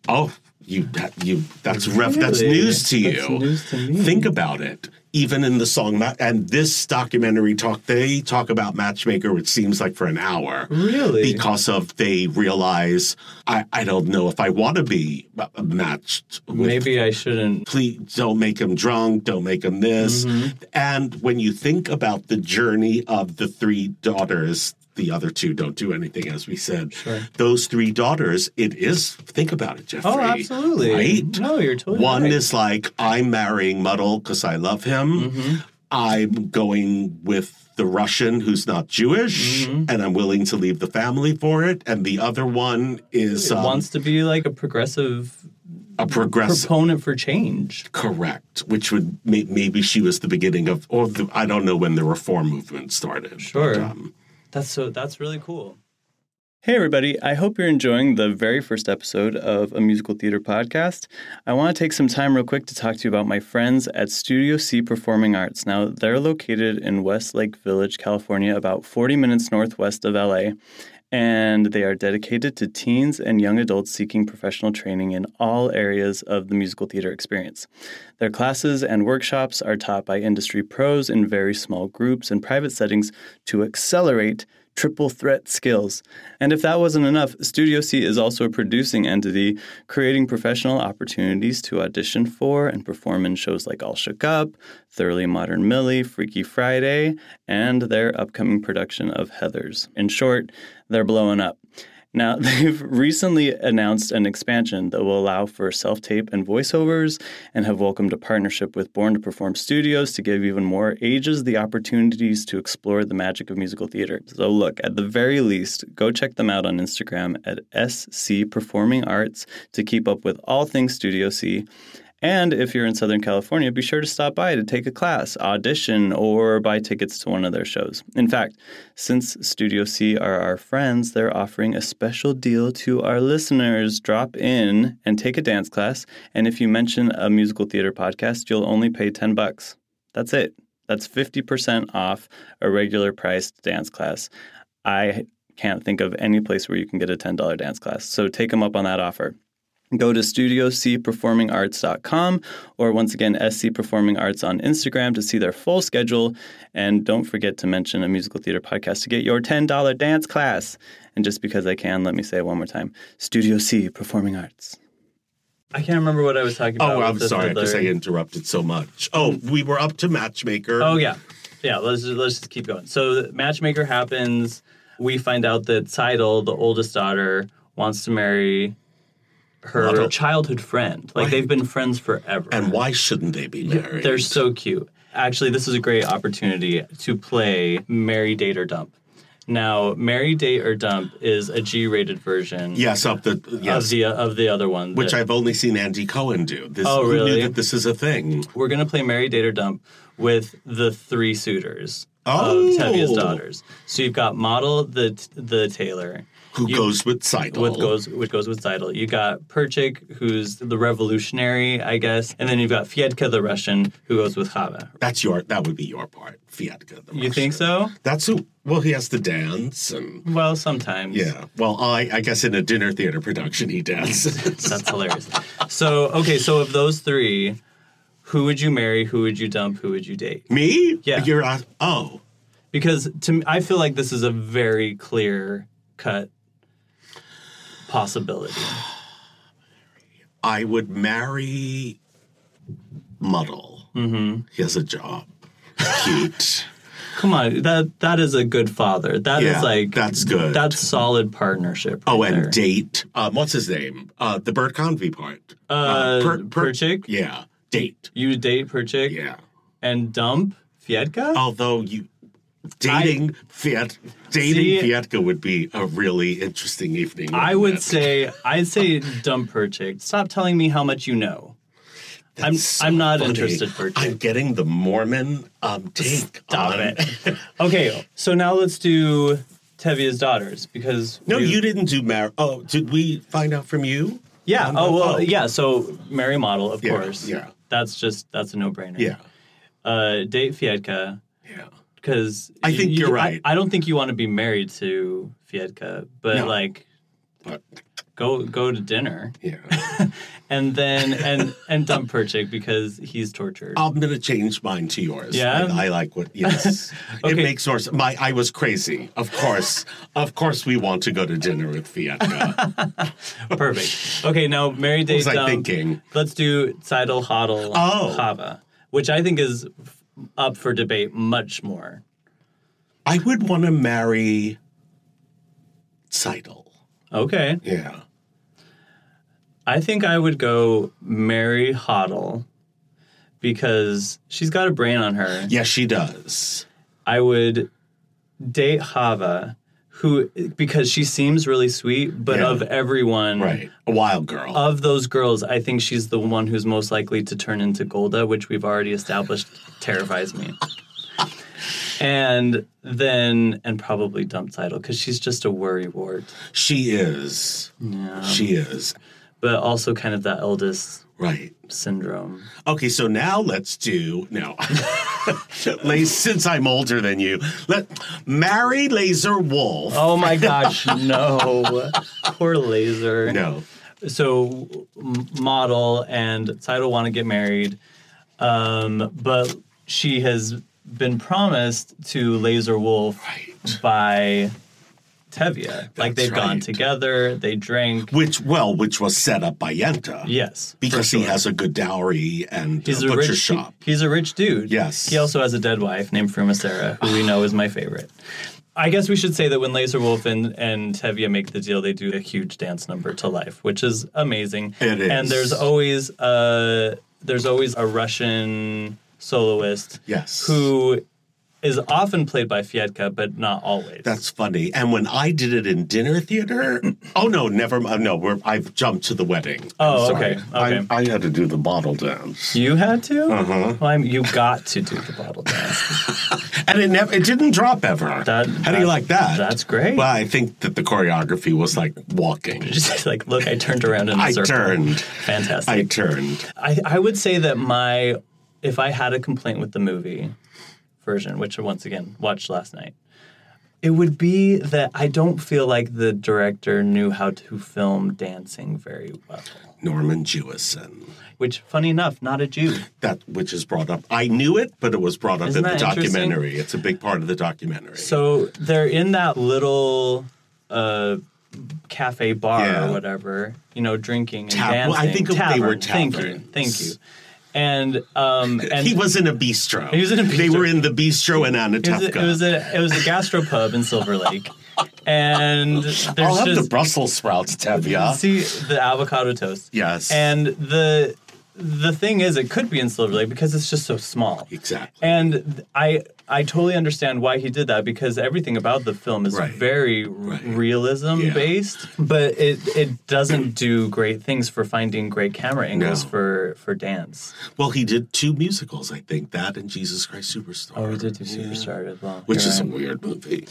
B: Oh, you that, you that's rough. That's
A: Really?
B: news to you.
A: That's news to me.
B: Think about it. Even in the song Ma- and this documentary talk, they talk about Matchmaker, which seems like for an hour.
A: Really?
B: Because of they realize I, I don't know if I want to be uh, matched with
A: Maybe I shouldn't
B: please don't make him drunk, don't make him this.
A: Mm-hmm.
B: And when you think about the journey of the three daughters, the other two don't do anything, as we said.
A: Sure.
B: Those three daughters, it is, think about it, Jeffrey.
A: Oh, absolutely.
B: Right?
A: No, you're totally
B: One
A: right.
B: is like, I'm marrying Muddle because I love him.
A: Mm-hmm.
B: I'm going with the Russian who's not Jewish,
A: Mm-hmm.
B: and I'm willing to leave the family for it. And the other one is um,
A: wants to be like a progressive
B: a progressive.
A: proponent for change.
B: Correct, which would may, maybe she was the beginning of, or the, I don't know when the reform movement started.
A: Sure.
B: but, um,
A: That's so that's really cool. Hey everybody, I hope you're enjoying the very first episode of a musical theater podcast. I want to take some time real quick to talk to you about my friends at Studio C Performing Arts. Now, they're located in Westlake Village, California, about 40 minutes northwest of LA, and they are dedicated to teens and young adults seeking professional training in all areas of the musical theater experience. Their classes and workshops are taught by industry pros in very small groups and private settings to accelerate triple threat skills. And if that wasn't enough, Studio C is also a producing entity, creating professional opportunities to audition for and perform in shows like All Shook Up, Thoroughly Modern Millie, Freaky Friday, and their upcoming production of Heathers. In short, they're blowing up. Now, (laughs) they've recently announced an expansion that will allow for self tape and voiceovers and have welcomed a partnership with Born to Perform Studios to give even more ages the opportunities to explore the magic of musical theater. So, look, at the very least, go check them out on Instagram at SC Performing Arts to keep up with all things Studio C. And if you're in Southern California, be sure to stop by to take a class, audition, or buy tickets to one of their shows. In fact, since Studio C are our friends, they're offering a special deal to our listeners. Drop in and take a dance class, and if you mention a musical theater podcast, you'll only pay 10 bucks. That's it. That's 50% off a regular priced dance class. I can't think of any place where you can get a $10 dance class. So take them up on that offer go to studiocperformingarts.com or once again SC Performing Arts on Instagram to see their full schedule and don't forget to mention a musical theater podcast to get your $10 dance class and just because I can let me say it one more time Studio C Performing Arts I can't remember what I was talking about.
B: Oh,
A: with
B: I'm
A: the
B: sorry because I
A: fiddler.
B: interrupted so much. Oh, we were up to Matchmaker.
A: Oh yeah, yeah. Let's just, let's just keep going. So the matchmaker happens. We find out that Seidel, the oldest daughter, wants to marry her
B: Not a-
A: childhood friend. Like they've been friends forever.
B: And why shouldn't they be married?
A: They're so cute. Actually, this is a great opportunity to play Marry, Date, or Dump. Now, Marry, Date, or Dump is a G-rated version
B: yes, up the yes,
A: of the of the other one.
B: which
A: that-
B: I've only seen Andy Cohen do. This,
A: Oh,
B: who knew
A: really?
B: that this is a thing.
A: we're gonna play Marry, Date, or Dump with the three suitors
B: Oh.
A: of Tevia's daughters. So you've got Model, the the tailor,
B: Who
A: You-
B: goes with Seidel?
A: with goes which goes with Seidel. You got Perchik, who's the revolutionary, I guess, and then you've got Fiedka, the Russian, who goes with Chava.
B: That's your. That would be your part, Fiatka. The
A: You think so?
B: Russian. That's who. Well, he has to dance and.
A: Well, sometimes.
B: Yeah. Well, I, I guess in a dinner theater production, he dances. (laughs)
A: That's hilarious. So, okay, so of those three, who would you marry? Who would you dump? Who would you date?
B: Me?
A: Yeah.
B: You're on. Oh.
A: Because to me, I feel like this is a very clear cut possibility.
B: I would marry Muddle. Mm-hmm. He has a job.
A: (laughs)
B: Cute.
A: Come on, that that is a good father. That is
B: Yeah,
A: like
B: that's good.
A: That's solid partnership.
B: oh,
A: right
B: and
A: there.
B: date. Um, what's his name? Uh, the Bert Convy part. Uh,
A: Perchik?
B: Yeah. Date.
A: you date Perchik
B: Yeah. Oh,
A: and dump Fiedka.
B: Although you. Dating Fiat, dating
A: See-
B: Fiatka would be a really interesting evening.
A: I would
B: wouldn't it?
A: say I'd
B: (laughs)
A: say dump Perchik. Stop telling me how much you know. I'm
B: So
A: I'm not
B: funny.
A: interested Perchik.
B: I'm getting the Mormon um, take
A: Stop
B: on
A: it. (laughs) Okay, so now let's do Tevia's daughters because
B: (laughs) No,
A: we- (laughs)
B: you didn't do Mar. Oh, did we find out from you?
A: Yeah.
B: Um,
A: Oh well.
B: oh.
A: Yeah. So Mary model, of
B: Yeah,
A: course.
B: yeah.
A: That's just that's a no brainer. Uh, date Fiedka
B: yeah.
A: because
B: I think you're right.
A: I, don't think you want to be married to Fiedka, but
B: No.
A: like
B: But
A: go go to dinner
B: yeah,
A: and then and and
B: (laughs)
A: dump Perchik because he's tortured.
B: I'm gonna change mine to yours.
A: Yeah?
B: I, I like what.
A: (laughs)
B: Yes, it
A: Okay.
B: makes more. s- My, I was crazy. Of course, of course, we want to go to dinner with Fiat.
A: Perfect. Okay. Now Mary date
B: was I
A: dump.
B: thinking?
A: Let's do Seidel Hoddle
B: Oh.
A: Hava, which I think is f- up for debate much more.
B: I would want to marry Seidel.
A: Okay.
B: Yeah.
A: I think I would go Mary Hoddle because she's got a brain on her.
B: Yes, she does.
A: I would date Hava, who because she seems really sweet, but
B: Yeah.
A: of everyone,
B: Right. A wild girl.
A: of those girls, I think she's the one who's most likely to turn into Golda, which we've already established terrifies me. And then, and probably dump title because she's just a worry wart,
B: she is. She is.
A: but also kind of that eldest
B: Right.
A: syndrome.
B: Okay, so now let's do (laughs) no. Lace, since I'm older than you, let marry Laser Wolf.
A: Oh my gosh, no. (laughs) Poor Laser.
B: No,
A: So, m- model and Seidel want to get married, um, but she has been promised to Laser Wolf
B: Right.
A: by Tevia. like
B: That's
A: they've gone
B: right.
A: together, they drank.
B: which well, which was set up by Yenta.
A: Yes. for
B: because he
A: sure.
B: has a good dowry and
A: He's
B: a
A: a
B: butcher
A: rich
B: shop.
A: He's a rich dude.
B: Yes.
A: He also has a dead wife named Frumacera, who we know is my favorite. Ah. I guess we should say that when Laser Wolf and, and Tevye make the deal, they do a huge dance number to life, which is amazing.
B: It is.
A: And there's always a, there's always a Russian soloist
B: Yes.
A: who is often played by Fiedka, but not always.
B: That's funny. And when I did it in
A: (clears throat)
B: dinner theater, oh no, never. mind. No, we're, I've jumped to the wedding.
A: Oh,
B: I'm sorry.
A: okay,
B: I-
A: okay.
B: I, had to do the bottle dance,
A: you had to? Uh-huh. Well, I'm, you got to do the bottle dance. (laughs)
B: and it never. It didn't drop ever.
A: That-
B: How do you
A: that-
B: like that?
A: that's great.
B: Well, I think that the choreography was like walking.
A: Just like, look, I turned around in a
B: I
A: circle.
B: turned.
A: Fantastic.
B: I turned.
A: I, I would say that my if I had a complaint with the movie version, which I once again watched last night, it would be that I don't feel like the director knew how to film dancing very well.
B: Norman Jewison.
A: Which, funny enough, not a Jew.
B: That which is brought up. I knew it, but it was brought up
A: Isn't
B: in the
A: that interesting?
B: documentary. It's a big part of the documentary.
A: So they're in that little uh, cafe bar
B: Yeah.
A: or whatever, you know, drinking and
B: Tap-
A: dancing.
B: well, I think of- they were
A: Tavern. Thank you,
B: taverns.
A: thank you. And um, and
B: (laughs) he was in a bistro.
A: He was in a
B: They
A: bistro.
B: were in the bistro in
A: It was,
B: Anatevka.
A: a, it was a it was a gastropub in Silver Lake, and there's
B: I'll have the
A: just
B: Brussels sprouts, Tevya.
A: see the avocado toast.
B: Yes.
A: and the the thing is, it could be in Silver Lake because it's just so small.
B: Exactly.
A: And th- I I totally understand why he did that because everything about the film is
B: Right.
A: very realism
B: Yeah.
A: based, but it it doesn't do great things for finding great camera angles
B: No.
A: for for dance.
B: Well, he did two musicals, I think, that and Jesus Christ Superstar.
A: Oh, we did do Superstar as well,
B: Which
A: You're
B: is
A: right.
B: a weird movie.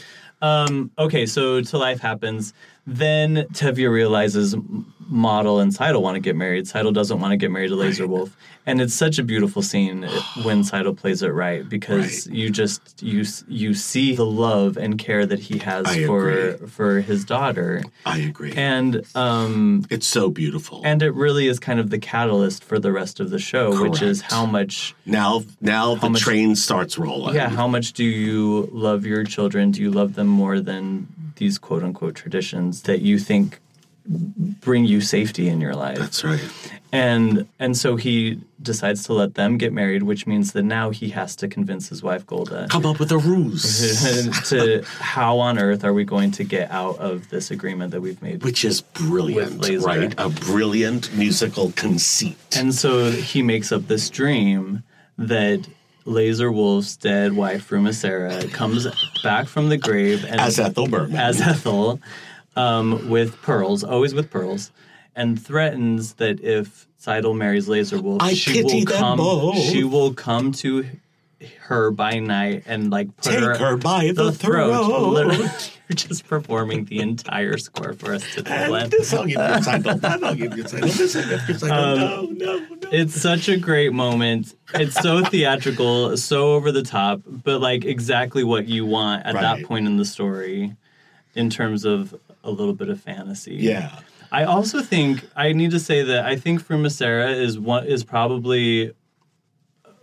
A: okay, so till life happens, then Tevye realizes M- Model and Seidel want to get married. Seidel doesn't want to get married to Laser Wolf, and it's such a beautiful
B: (sighs)
A: scene when Seidel plays it right because you just you s- you see the love and care that he has
B: I
A: for
B: agree.
A: for his daughter,
B: I agree.
A: and um
B: it's so beautiful.
A: and it really is kind of the catalyst for the rest of the show, which is
B: Correct.
A: how much
B: now now the
A: much-
B: train starts rolling.
A: Yeah, how much do you love your children? Do you love them more than these quote unquote traditions that you think bring you safety in your life?
B: That's right.
A: and and so he decides to let them get married, which means that now he has to convince his wife Golda
B: Come up with
A: (laughs)
B: a ruse.
A: to how on earth are we going to get out of this agreement that we've made?
B: Which is brilliant,
A: With laser.
B: right? A brilliant musical conceit.
A: And so he makes up this dream that Laser Wolf's dead wife, Ruma Sarah, comes back from the grave and
B: as Ethel Merman.
A: as Ethel um, with pearls, always with pearls, and threatens that if Seidel marries Laser Wolf,
B: I
A: she
B: pity
A: will
B: them
A: come.
B: both.
A: She will come to her by night and like put
B: Take her by the throat.
A: Literally, (laughs) you're just performing the entire score for us to
B: and
A: play.
B: this I'll give you a title. That I'll give you a title. This I'll give you a title. no,
A: Um,
B: no, no.
A: It's such a great moment. It's
B: (laughs)
A: so theatrical, so over the top, but like exactly what you want at
B: Right.
A: that point in the story in terms of a little bit of fantasy.
B: yeah.
A: I also think I need to say that I think Frumacera is one is probably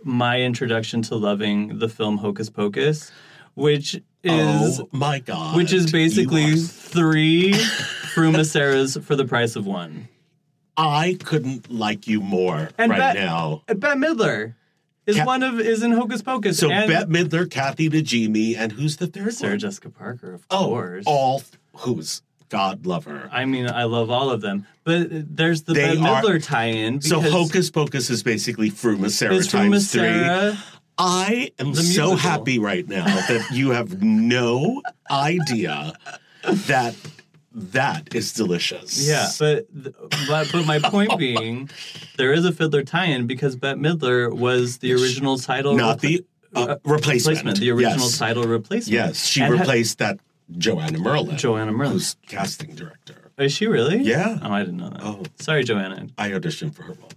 A: my introduction to loving the film Hocus Pocus, which is
B: oh my God.
A: which is
B: You
A: basically
B: are- (laughs)
A: three Frumaceras for the price of one.
B: I couldn't like you more
A: And
B: right
A: that-
B: now.
A: Uh, Bette Midler is
B: Ca-
A: one of is in Hocus Pocus.
B: So
A: and
B: Bette Midler, Kathy Najimy, and who's the third
A: Sarah
B: one?
A: Jessica Parker, of
B: oh,
A: course.
B: all who's God lover.
A: I mean, I love all of them, but there's the
B: They
A: Bette
B: are-
A: Midler tie-in.
B: So
A: because
B: Hocus Pocus is basically Frumacera
A: it's
B: times three.
A: Frumacera.
B: I am
A: The
B: so
A: musical.
B: happy right now that you have no idea that that is delicious. (laughs)
A: Yeah, but th- but but my
B: Oh
A: point being, there is a Fiddler tie-in because Bette Midler was the original title
B: Not
A: repl-
B: the uh, replacement.
A: replacement, the original
B: yes.
A: title replacement.
B: Yes, she
A: And had-
B: replaced that Joanna Merlin.
A: Joanna Merlin.
B: Who's casting director.
A: is she really?
B: Yeah.
A: Oh, I didn't know that.
B: Oh.
A: sorry, Joanna.
B: I auditioned for her role.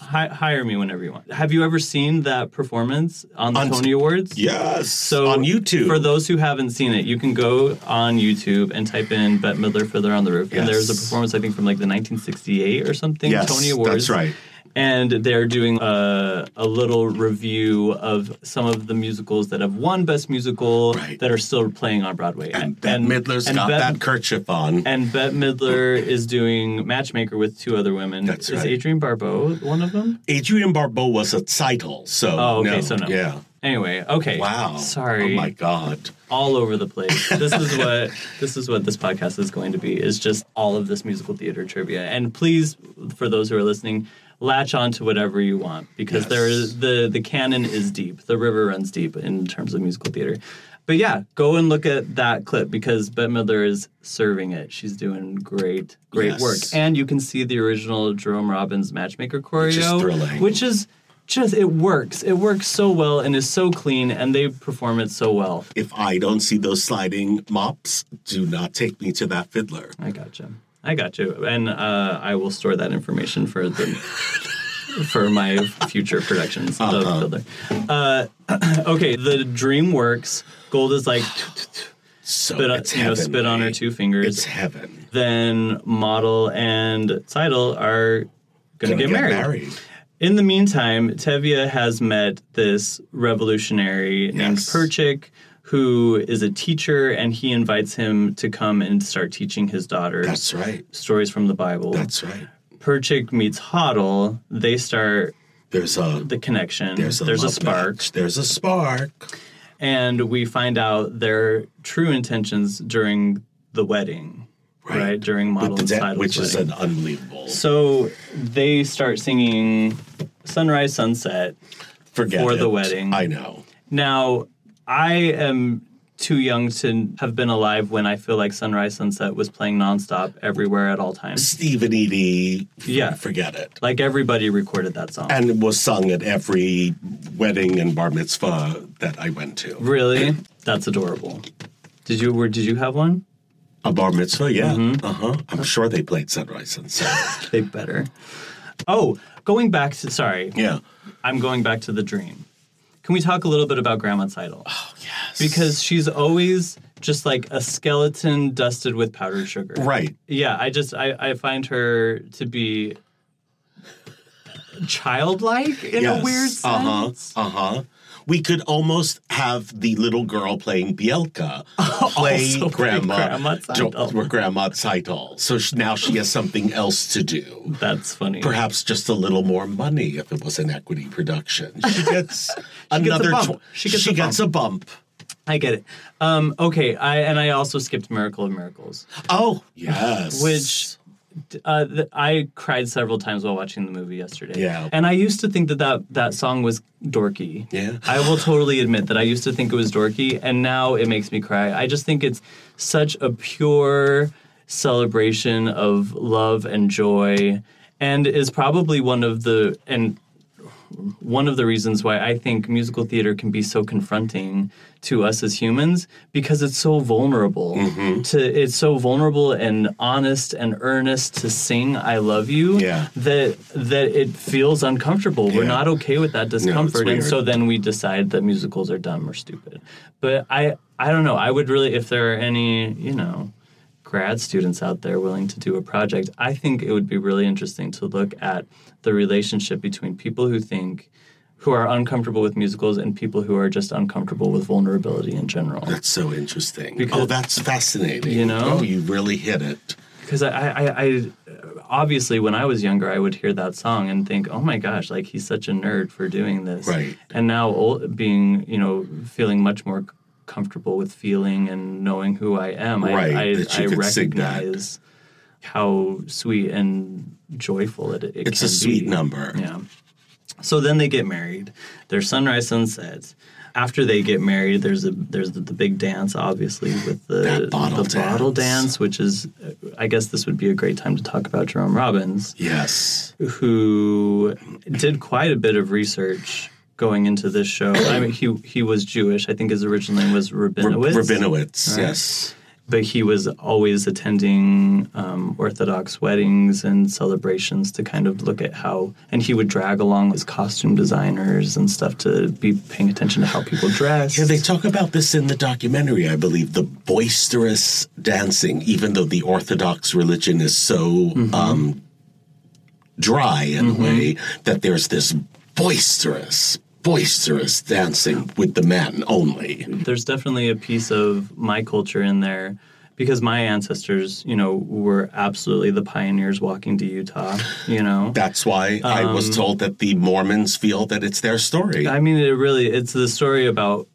A: Hi- hire me whenever you want. Have you ever seen that performance on the
B: On-
A: Tony Awards?
B: Yes,
A: So
B: on YouTube.
A: For those who haven't seen it, you can go on YouTube and type in Bette Midler Fiddler on the Roof.
B: Yes.
A: And there's a performance, I think, from like the 1968 or something,
B: Yes,
A: Tony Awards.
B: that's right.
A: And they're doing a, a little review of some of the musicals that have won Best Musical
B: Right.
A: that are still playing on Broadway.
B: and Bette Midler's
A: and
B: got
A: Bette-
B: that kerchief on.
A: And Bette Midler is doing Matchmaker with two other women.
B: That's
A: is
B: right.
A: Adrienne Barbeau one of them?
B: Adrian Barbeau was a title, so
A: Oh, okay,
B: no,
A: so no.
B: yeah.
A: Anyway, okay.
B: Wow.
A: Sorry.
B: Oh my God.
A: all over the place. This is what this is what this podcast is going to be is just all of this musical theater trivia. And please, for those who are listening, latch on to whatever you want because there is the the canon is deep. The river runs deep in terms of musical theater. But yeah, go and look at that clip because Bette Midler is serving it. She's doing great, great
B: Yes.
A: work. And you can see the original Jerome Robbins Matchmaker choreo,
B: is thrilling.
A: which is just it works. It works so well and is so clean, and they perform it so well.
B: If I don't see those sliding mops, do not take me to that fiddler.
A: I gotcha. I got you, and uh, I will store that information for the (laughs) for my future productions of Fiddler. Uh, (clears throat) okay, the dream works. Gold is like (clears throat)
B: So
A: spit, on,
B: it's
A: you know,
B: heaven,
A: spit on her
B: right?
A: two
B: It's
A: fingers.
B: heaven.
A: Then model and Seidel are gonna,
B: Gonna
A: get, married. In the meantime, Tevye has met this revolutionary named
B: Yes.
A: Perchik, who is a teacher, and he invites him to come and start teaching his daughter
B: That's right.
A: stories from the Bible.
B: That's right.
A: Perchik meets Hoddle. They start
B: There's a
A: the connection.
B: there's a, love
A: spark,
B: match. There's a spark.
A: and we find out their true intentions during the wedding, right?
B: Right.
A: During model
B: With the
A: and
B: de-
A: Seidel's
B: which is
A: wedding.
B: an unbelievable.
A: so they start singing "Sunrise, Sunset."
B: Forget
A: for the
B: it.
A: wedding.
B: I know.
A: Now, I am too young to have been alive when I feel like Sunrise Sunset was playing nonstop everywhere at all times.
B: Steve and Edie. f-
A: Yeah.
B: E Forget it.
A: Like everybody recorded that song.
B: And it was sung at every wedding and bar mitzvah that I went to.
A: really? That's adorable. Did you were did you have one?
B: A bar mitzvah, yeah. Uh huh. I'm sure they played Sunrise (laughs) Sunset.
A: They better. Oh, going back to sorry.
B: yeah.
A: I'm going back to the dream. Can we talk a little bit about Grandma Title? Oh, yes. Because she's always just like a skeleton dusted with powdered sugar.
B: Right.
A: Yeah, I just I, I find her to be childlike in a weird sense.
B: Uh huh. Uh huh. We could almost have the little girl playing (laughs) Bielka play
A: Also play Grandma
B: Grandma
A: Zeidel.
B: Jo- Grandma Zeidel. So sh- now she has something else to do.
A: That's funny.
B: Perhaps just a little more money if it was an equity production. (laughs) She gets another.
A: bump.
B: tw-
A: She gets
B: she
A: a
B: gets a bump.
A: I get it. Um, okay, I and I also skipped Miracle of Miracles,
B: Oh yes.
A: which uh, th- I cried several times while watching the movie yesterday.
B: Yeah.
A: and I used to think that that, that song was dorky.
B: Yeah.
A: I will totally admit that I used to think it was dorky, and now it makes me cry. I just think it's such a pure celebration of love and joy, and is probably one of the and one of the reasons why I think musical theater can be so confronting to us as humans because it's so vulnerable.
B: Mm-hmm.
A: To it's so vulnerable and honest and earnest to sing "I love you"
B: Yeah.
A: that that it feels uncomfortable. We're
B: Yeah.
A: not okay with that discomfort, and
B: weird.
A: so then we decide that musicals are dumb or stupid. But I I don't know. I would really if there are any you know grad students out there willing to do a project, I think it would be really interesting to look at the relationship between people who think who are uncomfortable with musicals and people who are just uncomfortable with vulnerability in general.
B: That's so interesting.
A: Because-
B: oh, that's fascinating.
A: You know?
B: Oh, you really hit it.
A: Because I, I, I obviously when I was younger, I would hear that song and think, "Oh my gosh, like he's such a nerd for doing this."
B: Right.
A: And now, old, being you know, feeling much more comfortable with feeling and knowing who I am,
B: Right,
A: I, I,
B: that you
A: I
B: could sing that.
A: recognize how sweet and joyful it, it
B: It's
A: can
B: a sweet
A: be.
B: number.
A: Yeah. So then they get married. There's sunrise, sunset. After they get married, there's a there's the, the big dance, obviously, with the
B: That bottle
A: the bottle
B: dance.
A: dance, which is, uh, I guess, this would be a great time to talk about Jerome Robbins,
B: Yes.
A: who did quite a bit of research going into this show. I mean, he he was Jewish. I think his original name was Rabinowitz.
B: Rabinowitz. Yes.
A: But he was always attending um, Orthodox weddings and celebrations to kind of look at how, and he would drag along his costume designers and stuff to be paying attention to how people dress.
B: Yeah, they talk about this in the documentary, I believe, the boisterous dancing, even though the Orthodox religion is so
A: Mm-hmm.
B: um, dry in a way that there's this boisterous, boisterous dancing with the men only.
A: There's definitely a piece of my culture in there because my ancestors, you know, were absolutely the pioneers walking to Utah, you know.
B: That's why I
A: Um,
B: was told that the Mormons feel that it's their story.
A: I mean, it really, it's the story about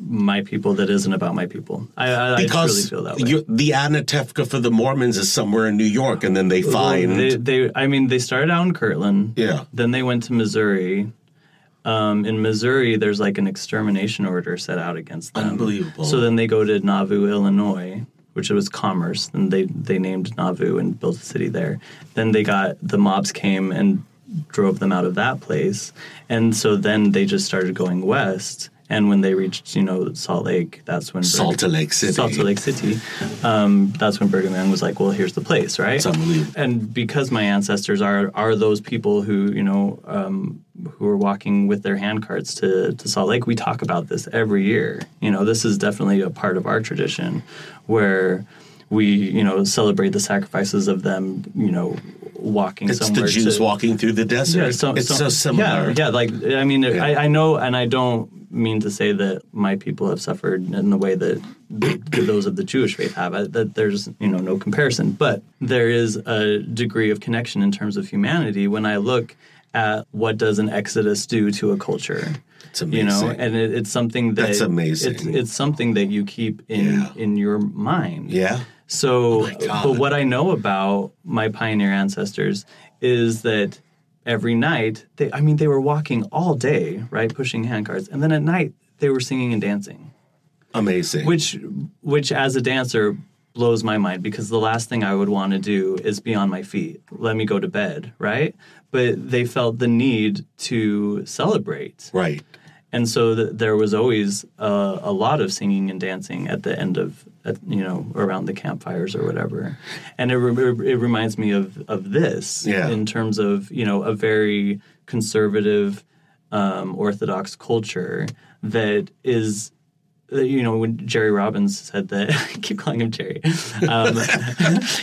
A: my people that isn't about my people. I, I, I truly
B: because
A: feel that way.
B: you- the Anatevka for the Mormons is somewhere in New York, and then they find
A: They, they, I mean, they started out in Kirtland.
B: Yeah.
A: Then they went to Missouri. Um, in Missouri, there's like an extermination order set out against them.
B: Unbelievable.
A: So then they go to Nauvoo, Illinois, which was commerce, and they they named Nauvoo and built a city there. Then they got the mobs came and drove them out of that place, and so then they just started going west. And when they reached, you know, Salt Lake, that's when
B: Salt Lake City.
A: Salt Lake City. Um, that's when Burger Man was like, "Well, here's the place, right?"
B: It's unbelievable.
A: and because my ancestors are are those people who you know um, who are walking with their hand carts to to Salt Lake, we talk about this every year. You know, this is definitely a part of our tradition where we you know celebrate the sacrifices of them. You know, walking
B: It's
A: somewhere.
B: the Jews
A: to,
B: walking through the desert.
A: yeah, so,
B: it's so,
A: so-
B: similar.
A: Yeah, yeah like I mean, I, I know, and I don't mean to say that my people have suffered in the way that the, those of the Jewish faith have. I, that there's you know no comparison, but there is a degree of connection in terms of humanity when I look at what does an exodus do to a culture.
B: It's
A: You know,
B: amazing.
A: and it, it's something that
B: That's amazing.
A: It's, it's something that you keep in
B: Yeah.
A: in your mind.
B: Yeah.
A: So,
B: God.
A: but what I know about my pioneer ancestors is that every night they, I mean, they were walking all day, right, pushing handcarts, and then at night they were singing and dancing,
B: Amazing.
A: which, which as a dancer blows my mind because the last thing I would want to do is be on my feet. Let me go to bed, right? But they felt the need to celebrate.
B: right.
A: And so th- there was always uh, a lot of singing and dancing at the end of, at, you know, around the campfires or whatever. And it, re- it reminds me of, of this
B: Yeah.
A: in terms of, you know, a very conservative um, Orthodox culture that is, that, you know, when Jerry Robbins said that, (laughs) I keep calling him Jerry. Um,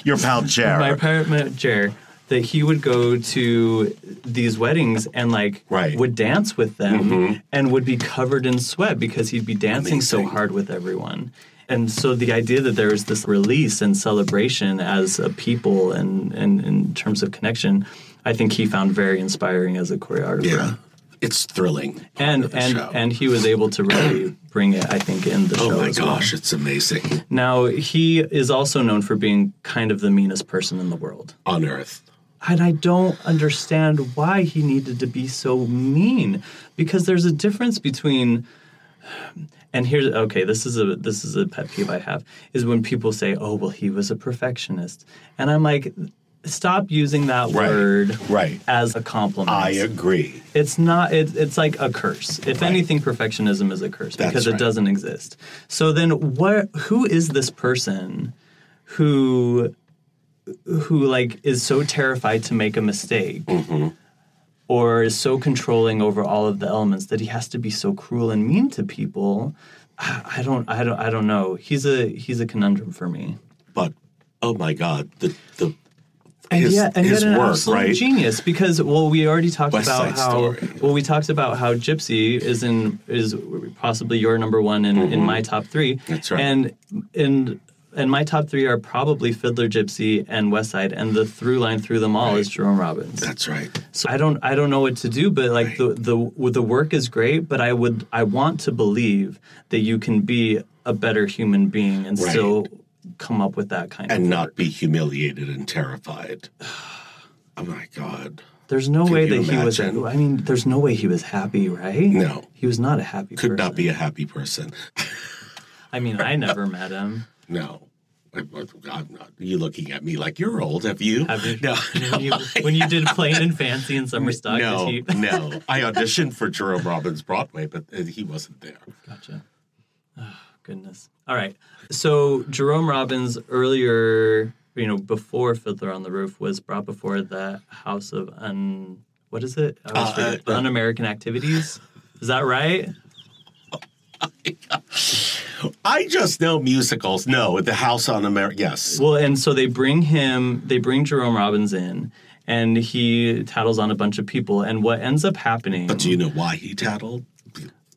C: Your pal Jared.
A: my pirate manager that he would go to these weddings and like
B: Right.
A: would dance with them
B: Mm-hmm.
A: and would be covered in sweat because he'd be dancing so
B: Amazing.
A: hard with everyone. And so the idea that there was this release and celebration as a people and, and in terms of connection, I think he found very inspiring as a choreographer.
B: Yeah. It's thrilling.
A: And
B: the
A: and
B: show.
A: and he was able to
B: (clears throat)
A: really bring it, I think, in the show.
B: Oh my
A: as well.
B: gosh, it's amazing.
A: Now he is also known for being kind of the meanest person in the world.
B: On Earth.
A: And I don't understand why he needed to be so mean because there's a difference between and here's okay this is a this is a pet peeve I have is when people say oh well he was a perfectionist and I'm like stop using that
B: Right,
A: word
B: right.
A: as a compliment
B: I agree.
A: it's not it, it's like a curse if anything perfectionism is a curse
B: That's
A: because
B: right.
A: it doesn't exist so then what who is this person who who like is so terrified to make a mistake
B: Mm-hmm.
A: or is so controlling over all of the elements that he has to be so cruel and mean to people I I don't I don't I don't know he's a he's a conundrum for me
B: But oh my God, the the
A: and
B: his,
A: yet, and
B: his
A: yet an
B: work,
A: absolute
B: right?
A: genius because well we already talked
B: West
A: about
B: Side
A: how
B: Story.
A: well we talked about how Gypsy is in is possibly your number one in, in my top three.
B: Mm-hmm. That's right.
A: And and and my top three are probably Fiddler Gypsy and West Side, and the through line through them all is Jerome Robbins.
B: That's right.
A: So I don't I don't know what to do, but like the the w- the work is great, but I would I want to believe that you can be a better human being and
B: Right.
A: still come up with that kind
B: And
A: of
B: not be humiliated and terrified. (sighs) Oh my God.
A: There's no
B: Could
A: way that
B: you
A: he was.
B: imagine?
A: I mean, there's no way he was happy, right?
B: No.
A: he was not a happy.
B: Could not
A: person.
B: be a happy person.
A: I mean, I never met him.
B: No. I- I- I'm not. You looking at me like you're old? Have you?
A: Have you,
B: (laughs) No,
A: when, you, when you did plain and fancy in summer stock, (laughs)
B: no,
A: did he?
B: no. I auditioned for Jerome Robbins Broadway, but uh, he wasn't there.
A: Gotcha. Oh, goodness. All right. So Jerome Robbins earlier, you know, before Fiddler on the Roof was brought before the House of Un. What is it? I always
B: Uh,
A: forget.
B: uh,
A: Un-American Activities. Is that right?
B: I just know musicals. No, The House on America. Yes.
A: Well, and so they bring him, they bring Jerome Robbins in, and he tattles on a bunch of people. And what ends up happening?
B: Do you know why he tattled?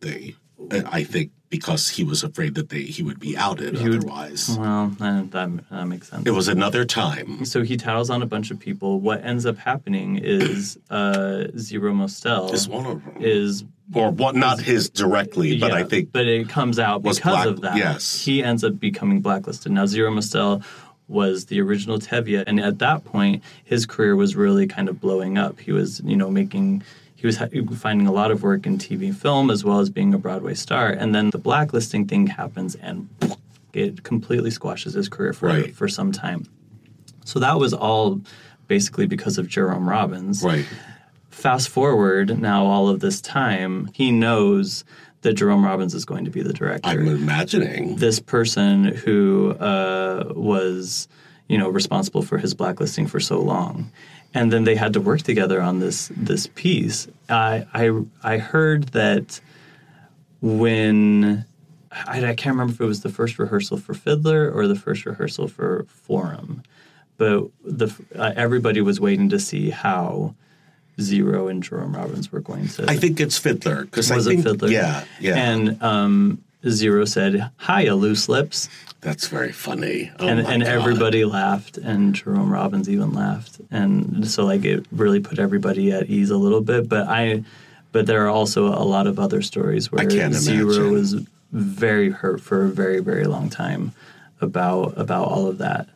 B: They, I think, because he was afraid that they he would be outed otherwise.
A: well, uh, that, that makes sense.
B: It was another time.
A: So he tattles on a bunch of people. What ends up happening is uh, Zero Mostel
B: Is one of them,
A: is
B: or what? Not his directly, but
A: yeah,
B: I think
A: but it comes out
B: was
A: because
B: black-
A: of that.
B: yes.
A: he ends up becoming blacklisted. Now Zero Mostel was the original Tevye, and at that point, his career was really kind of blowing up. He was, you know, making. He was ha- finding a lot of work in TV, film, as well as being a Broadway star. And then the blacklisting thing happens, and it completely squashes his career for
B: Right.
A: for some time. So that was all basically because of Jerome Robbins
B: right.
A: fast forward now all of this time he knows that jerome robbins is going to be the director
B: I'm imagining.
A: this person who uh, was you know responsible for his blacklisting for so long and then they had to work together on this this piece i i, I heard that when I, I can't remember if it was the first rehearsal for fiddler or the first rehearsal for forum but the uh, everybody was waiting to see how Zero and Jerome Robbins were going to.
B: I think it's Fiddler because I
A: was
B: think
A: a fiddler.
B: yeah, yeah,
A: And um, Zero said, "Hiya, loose lips,"
B: that's very funny. Oh
A: and
B: my
A: and
B: God.
A: everybody laughed, and Jerome Robbins even laughed, and so like it really put everybody at ease a little bit. But I, but there are also a lot of other stories where
B: can't
A: Zero
B: imagine.
A: was very hurt for a very very long time about about all of that,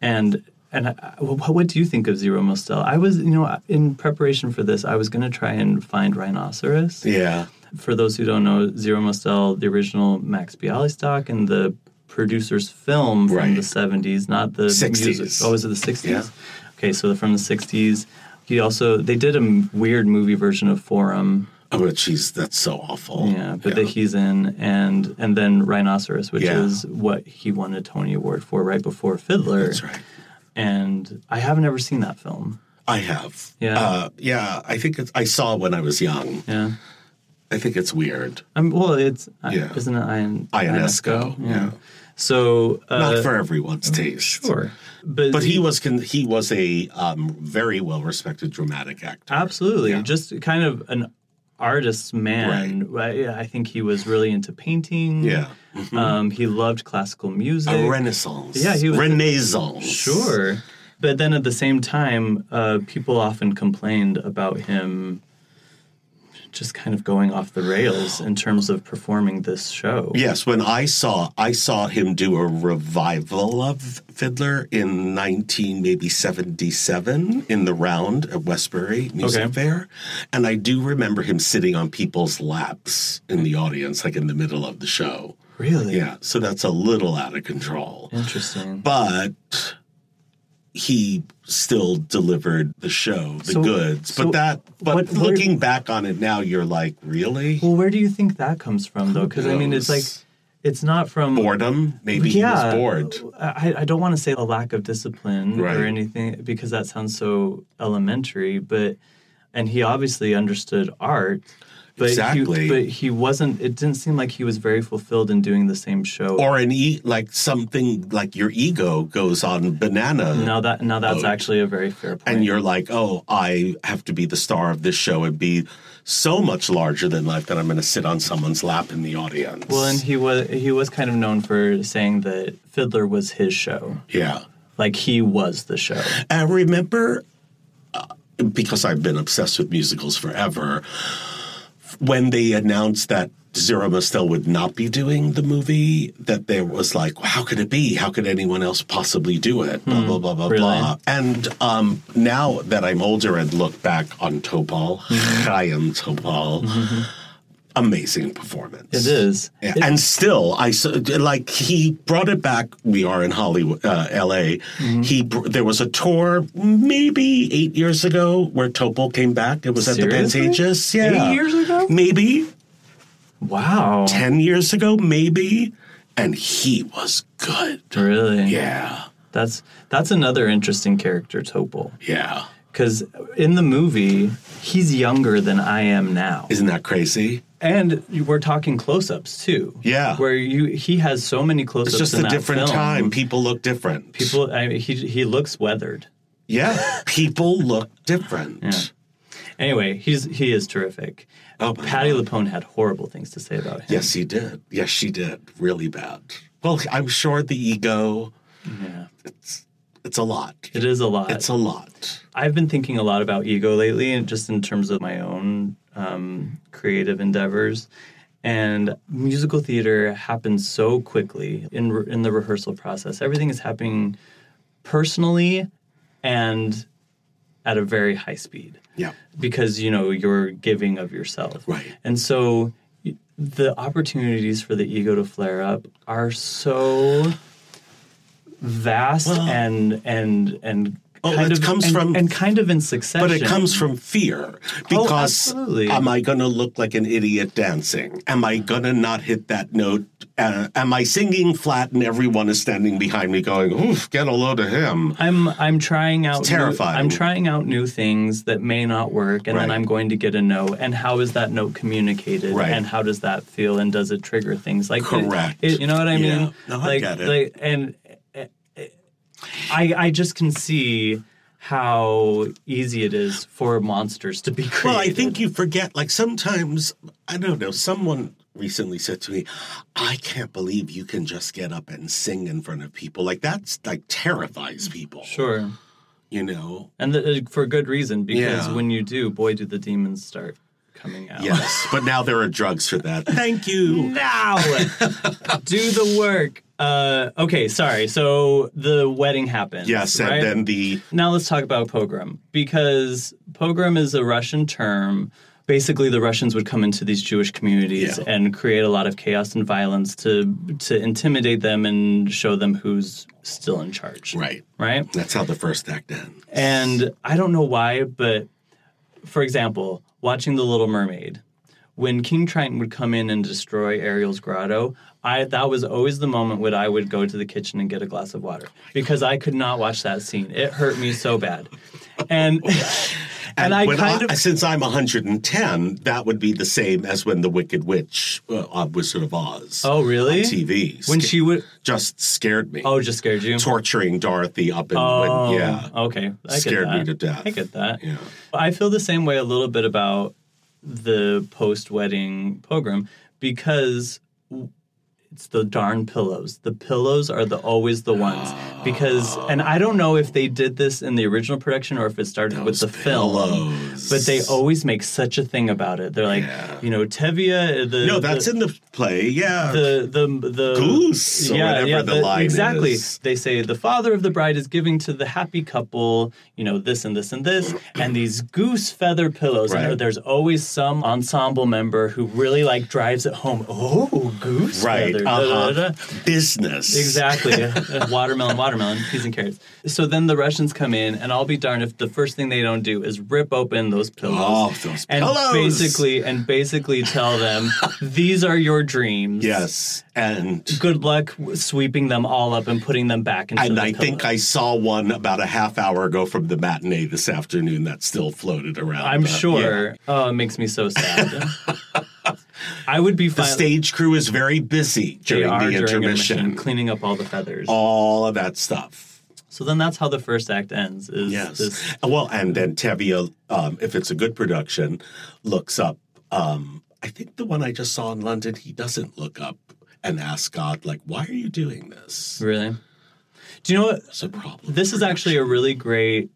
A: and. And I, what, what do you think of Zero Mostel? I was, you know, in preparation for this, I was going to try and find Rhinoceros
B: Yeah,
A: for those who don't know, Zero Mostel, the original Max Bialystock, and the producer's film from
B: Right.
A: the 70s, not the
B: 60s.
A: music. Oh, was it the 60s?
B: Yeah.
A: Okay, so from the 60s. He also, they did a m- weird movie version of Forum,
B: oh, but she's that's so awful.
A: yeah, but that he's in, and and then Rhinoceros, which
B: Yeah.
A: is what he won a Tony Award for right before Fiddler.
B: that's right.
A: And I haven't ever seen that film.
B: I have.
A: Yeah.
B: uh, yeah. I think it's, I saw when I was young.
A: Yeah.
B: I think it's weird.
A: Um, well, it's,
B: Yeah.
A: isn't it Ion-
B: Ionesco,
A: Ionesco?
B: yeah.
A: So, uh,
B: Not for everyone's taste.
A: sure.
B: But he was con- he was a um, very well respected dramatic
A: Ah.
B: actor.
A: Absolutely. Just kind of an artist's man. Right. I think he was really into painting.
B: Yeah, Oh,
A: Um, he loved classical music.
B: a Renaissance.
A: Yeah, he was-
B: Renaissance.
A: Sure. But then at the same time, uh, people often complained about him just kind of going off the rails in terms of performing this show.
B: Yes, when I saw I saw him do a revival of Fiddler in nineteen maybe seventy seven in the round at Westbury Music
A: Okay.
B: Fair, and I do remember him sitting on people's laps in the audience, like in the middle of the show.
A: Really?
B: Yeah, so that's a little out of control,
A: Interesting.
B: but he still delivered the show, the
A: So-
B: goods.
A: so
B: but that, but
A: what- what-
B: looking back on it now, you're like, really?
A: well, where do you think that comes from, though? Because, I mean, it's like,
B: knows?
A: it's not from.
B: Boredom? Maybe he was bored.
A: I, I don't want to say a lack of discipline or
B: Right.
A: anything because that sounds so elementary, but and he obviously understood art. But He,
B: Exactly.
A: but he wasn't. It didn't seem like he was very fulfilled in doing the same show.
B: or an e like something like your ego goes on banana
A: now that now that's actually a very fair point.
B: and you're like oh i have to be the star of this show and be so much larger than life that i'm going to sit on someone's lap in the audience
A: well, and he was he was kind of known for saying that Fiddler was his show,
B: yeah
A: like he was the show.
B: i remember uh, because i've been obsessed with musicals forever when they announced that Zero Mostel would not be doing the movie, that there was like, how could it be? How could anyone else possibly do it? Blah, blah, blah, blah,
A: Hmm. really?
B: blah. And um, now that I'm older and look back on Topal,
A: Mm-hmm.
B: (laughs) Chaim Topal, amazing performance.
A: It is.
B: Yeah,
A: It-
B: and still, I s- like he brought it back. We are in Hollywood, uh, L.A.
A: Mm-hmm.
B: He br- there was a tour maybe eight years ago where Topol came back. It was at
A: Seriously?
B: the Pantages. Yeah,
A: Eight years ago?
B: maybe
A: wow.
B: ten years ago, maybe. And he was good.
A: Really?
B: Yeah,
A: That's that's another interesting character, Topol.
B: yeah.
A: because in the movie he's younger than I am now,
B: Isn't that crazy?
A: and you- we're talking close-ups too.
B: Yeah.
A: where you he has so many close-ups.
B: It's just
A: in
B: a
A: that
B: different
A: film.
B: time. People look different.
A: People, I mean, he he looks weathered.
B: yeah, people look different.
A: Anyway, he's he is terrific.
B: Oh, my
A: Patty Lapone had horrible things to say about him.
B: Yes, he did. Yes, she did. Really bad. Well, I'm sure the ego.
A: Yeah.
B: It's a lot.
A: it is a lot.
B: It's a lot.
A: I've been thinking a lot about ego lately, and just in terms of my own um, creative endeavors. And musical theater happens so quickly in re- in the rehearsal process. Everything is happening personally and at a very high speed
B: Yeah.
A: because you know you're giving of yourself.
B: Right.
A: And so y- the opportunities for the ego to flare up are so vast and and and
B: Oh,
A: kind
B: it
A: of
B: comes
A: and,
B: from-
A: and kind of in succession.
B: But it comes from fear because
A: absolutely.
B: am I going to look like an idiot dancing? Am I going to not hit that note? Uh, am I singing flat and everyone is standing behind me going, oof, get a load of him?
A: I'm I'm trying out
B: It's
A: new-
B: terrifying.
A: I'm trying out new things that may not work, and then
B: Right.
A: I'm going to get a no. And how is that note communicated?
B: Right.
A: And how does that feel? And does it trigger things like it-
B: Correct.
A: it- you know what I
B: Yeah.
A: mean?
B: No, I
A: like,
B: get it.
A: like- and uh, uh, I I just can see how easy it is for monsters to be created.
B: Well, I think you forget. Like sometimes, I don't know. Someone recently said to me, "I can't believe you can just get up and sing in front of people. Like that's like terrifies people.
A: sure,
B: You know?
A: and the, for good reason because
B: Yeah.
A: when you do, boy, do the demons start coming out.
B: Yes. but now there are drugs
A: (laughs)
B: for that. Thank you.
A: now (laughs) do the work. Uh, okay, sorry. So the wedding happens.
B: Yes,
A: right?
B: and then the
A: Now let's talk about pogrom because pogrom is a Russian term. Basically, the Russians would come into these Jewish communities
B: Yeah.
A: and create a lot of chaos and violence to to intimidate them and show them who's still in charge.
B: right.
A: Right.
B: That's how the first act ends.
A: And I don't know why, but for example, watching The Little Mermaid, when King Triton would come in and destroy Ariel's grotto, I that was always the moment when I would go to the kitchen and get a glass of water because I could not watch that scene. It hurt me so bad. And (laughs) and, I
B: when
A: kind of
B: since I'm 110, that would be the same as when the Wicked Witch, uh, on Wizard of Oz,
A: Oh, really?
B: on TV,
A: when
B: sca-
A: she would
B: just scared me.
A: Oh, just scared you.
B: torturing Dorothy up and
A: Oh,
B: when, yeah,
A: Okay. I get
B: Scared me
A: that.
B: to death.
A: (laughs) I get that.
B: Yeah.
A: I feel the same way a little bit about the post wedding pogrom because w- it's the darn pillows. The pillows are the always the ones because
B: Ah.
A: and I don't know if they did this in the original production or if it started with the film.
B: pillows.
A: But they always make such a thing about it. They're like, you know, Tevia. The,
B: no, that's
A: the,
B: in the play. Yeah,
A: the the the
B: Goose or whatever the line
A: exactly.
B: is.
A: They say the father of the bride is giving to the happy couple, you know, this and this and this, and these goose feather pillows. And
B: Right.
A: there- there's always some ensemble member who really like drives it home. Oh, goose
B: right,
A: feather. da, da,
B: uh-huh.
A: da, da."
B: business.
A: Exactly. (laughs) watermelon, watermelon, peas and carrots. So then the Russians come in, and I'll be darned if the first thing they don't do is rip open those pillows.
B: Oh, those
A: and
B: pillows.
A: basically and basically tell
B: (laughs)
A: them, these are your dreams.
B: Yes, and
A: Good luck w- sweeping them all up and putting them back into
B: and
A: the
B: I think I
A: pillows.
B: saw one about a half hour ago from the matinee this afternoon that still floated around.
A: I'm
B: but, yeah.
A: sure. Oh, it makes me so
B: (laughs)
A: sad. I would be
B: The
A: fine.
B: stage crew is very busy
A: they
B: during
A: are
B: the
A: during
B: intermission,
A: cleaning up all the feathers.
B: all of that stuff.
A: so then that's how the first act ends. Is
B: Yes. (laughs)
A: this
B: Well, and then Tevia, um, if it's a good production, looks up. Um, I think the one I just saw in London, he doesn't look up and ask God, like, why are you doing this?
A: really? Do you know what?
B: It's a problem.
A: This is actually a really great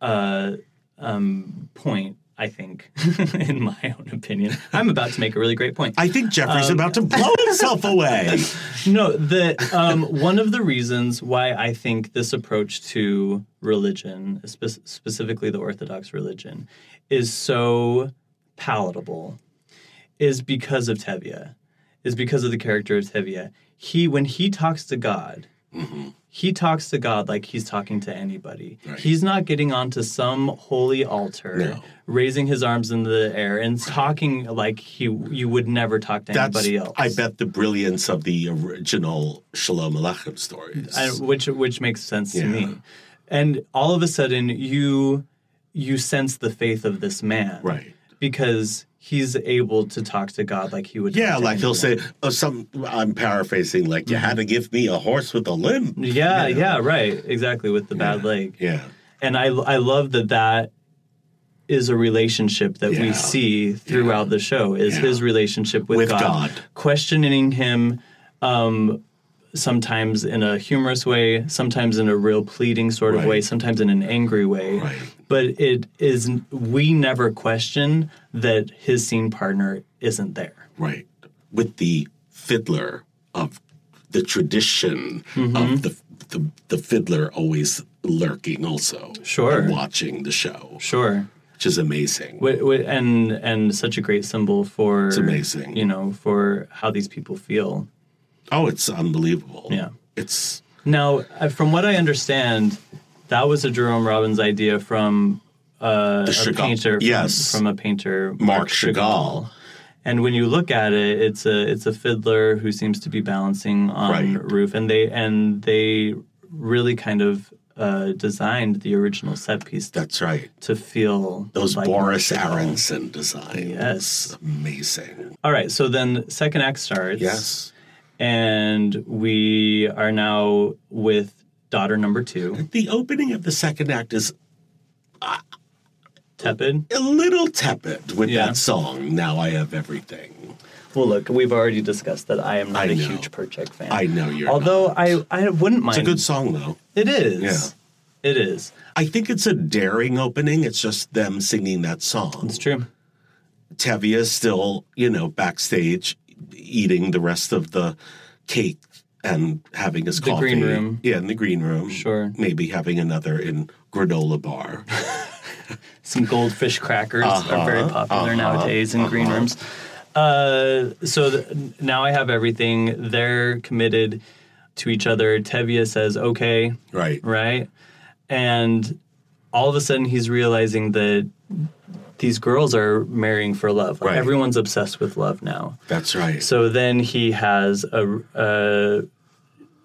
A: uh, um, point, I think, (laughs) in my own opinion. I'm about to make a really great point.
B: I think Jeffrey's
A: Um, (laughs)
B: about to blow himself away.
A: no, the um, one of the reasons why I think this approach to religion, spe- specifically the Orthodox religion, is so palatable, is because of Tevye, is because of the character of Tevye. He, when he talks to God,
B: Mm-hmm.
A: he talks to God like he's talking to anybody. He's not getting onto some holy altar, raising his arms in the air, and talking like he you would never talk to
B: That's,
A: anybody else.
B: I bet, the brilliance of the original Shalom Alechem stories.
A: I- which which makes sense to
B: Yeah.
A: me. And all of a sudden, you you sense the faith of this man,
B: Right.
A: Because he's able to talk to God like he would.
B: yeah,
A: talk to
B: like he'll
A: anyone.
B: say, oh, some. I'm paraphrasing, like, you had to give me a horse with a limb.
A: Mm-hmm. Yeah, yeah, right, exactly, with the bad leg.
B: Yeah.
A: and I I love that that is a relationship that we
B: Yeah.
A: see throughout the show is his relationship with,
B: With God.
A: questioning him um, sometimes in a humorous way sometimes in a real pleading sort of way
B: Right.
A: sometimes in an angry way
B: Right.
A: but it is we never question that his scene partner isn't there
B: Right. With the fiddler of the tradition
A: Mm-hmm.
B: of the, the the fiddler always lurking also.
A: Sure.
B: and watching the show,
A: sure
B: which is amazing.
A: Wh- wh- and and such a great symbol for it's
B: amazing.
A: you know for how these people feel
B: Oh, it's unbelievable.
A: Yeah.
B: It's
A: Now, uh, from what I understand, that was a Jerome Robbins idea from uh,
B: The
A: a
B: Chagall-
A: painter. From,
B: yes.
A: from a painter,
B: Mark Chagall.
A: And when you look at it, it's a it's a fiddler who seems to be balancing on
B: Right.
A: roof, and they and they really kind of uh, designed the original set piece to,
B: that's right.
A: to feel
B: Those
A: like
B: Boris
A: Mark Chagall.
B: Aronson designs.
A: Yes.
B: Amazing.
A: All right, so then second act starts
B: Yes.
A: and we are now with daughter number two,
B: The opening of the second act is
A: tepid.
B: a little tepid with
A: Yeah.
B: that song, Now I Have Everything.
A: Well, look, we've already discussed that I am not
B: I
A: a
B: know.
A: huge Perchik fan.
B: I know you're
A: Although
B: not.
A: I, I wouldn't mind.
B: It's a good song, though.
A: It is. It is.
B: I think it's a daring opening. It's just them singing that song.
A: It's true.
B: Tevia's still, you know, backstage eating the rest of the cake and having his coffee.
A: green room.
B: Yeah, in the green room.
A: Sure.
B: Maybe having another in granola
A: (laughs)
B: bar.
A: Some goldfish crackers
B: Uh-huh.
A: are very popular nowadays in green rooms. Uh, so th- now I have everything. They're committed to each other. Tevye says, okay,
B: right.
A: right? And all of a sudden he's realizing that these girls are marrying for love. Like
B: Right.
A: everyone's obsessed with love now.
B: That's right.
A: So then he has a uh,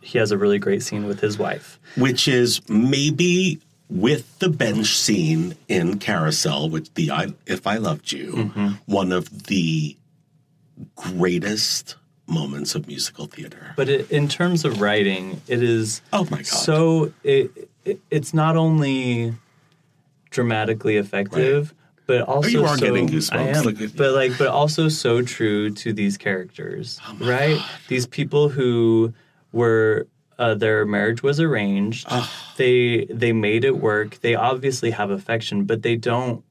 A: he has a really great scene with his wife.
B: Which is maybe with the bench scene in Carousel, which the I, If I Loved You,
A: Mm-hmm.
B: one of the greatest moments of musical theater.
A: But it, in terms of writing, it is
B: Oh my God.
A: So it, it it's not only dramatically effective, but also
B: Oh, you are
A: so-
B: getting goosebumps.
A: I am,
B: Look at you. Oh
A: but like, but also so true to these characters, right? These people who were. Uh, their marriage was arranged. They they made it work. They obviously have affection, but they don't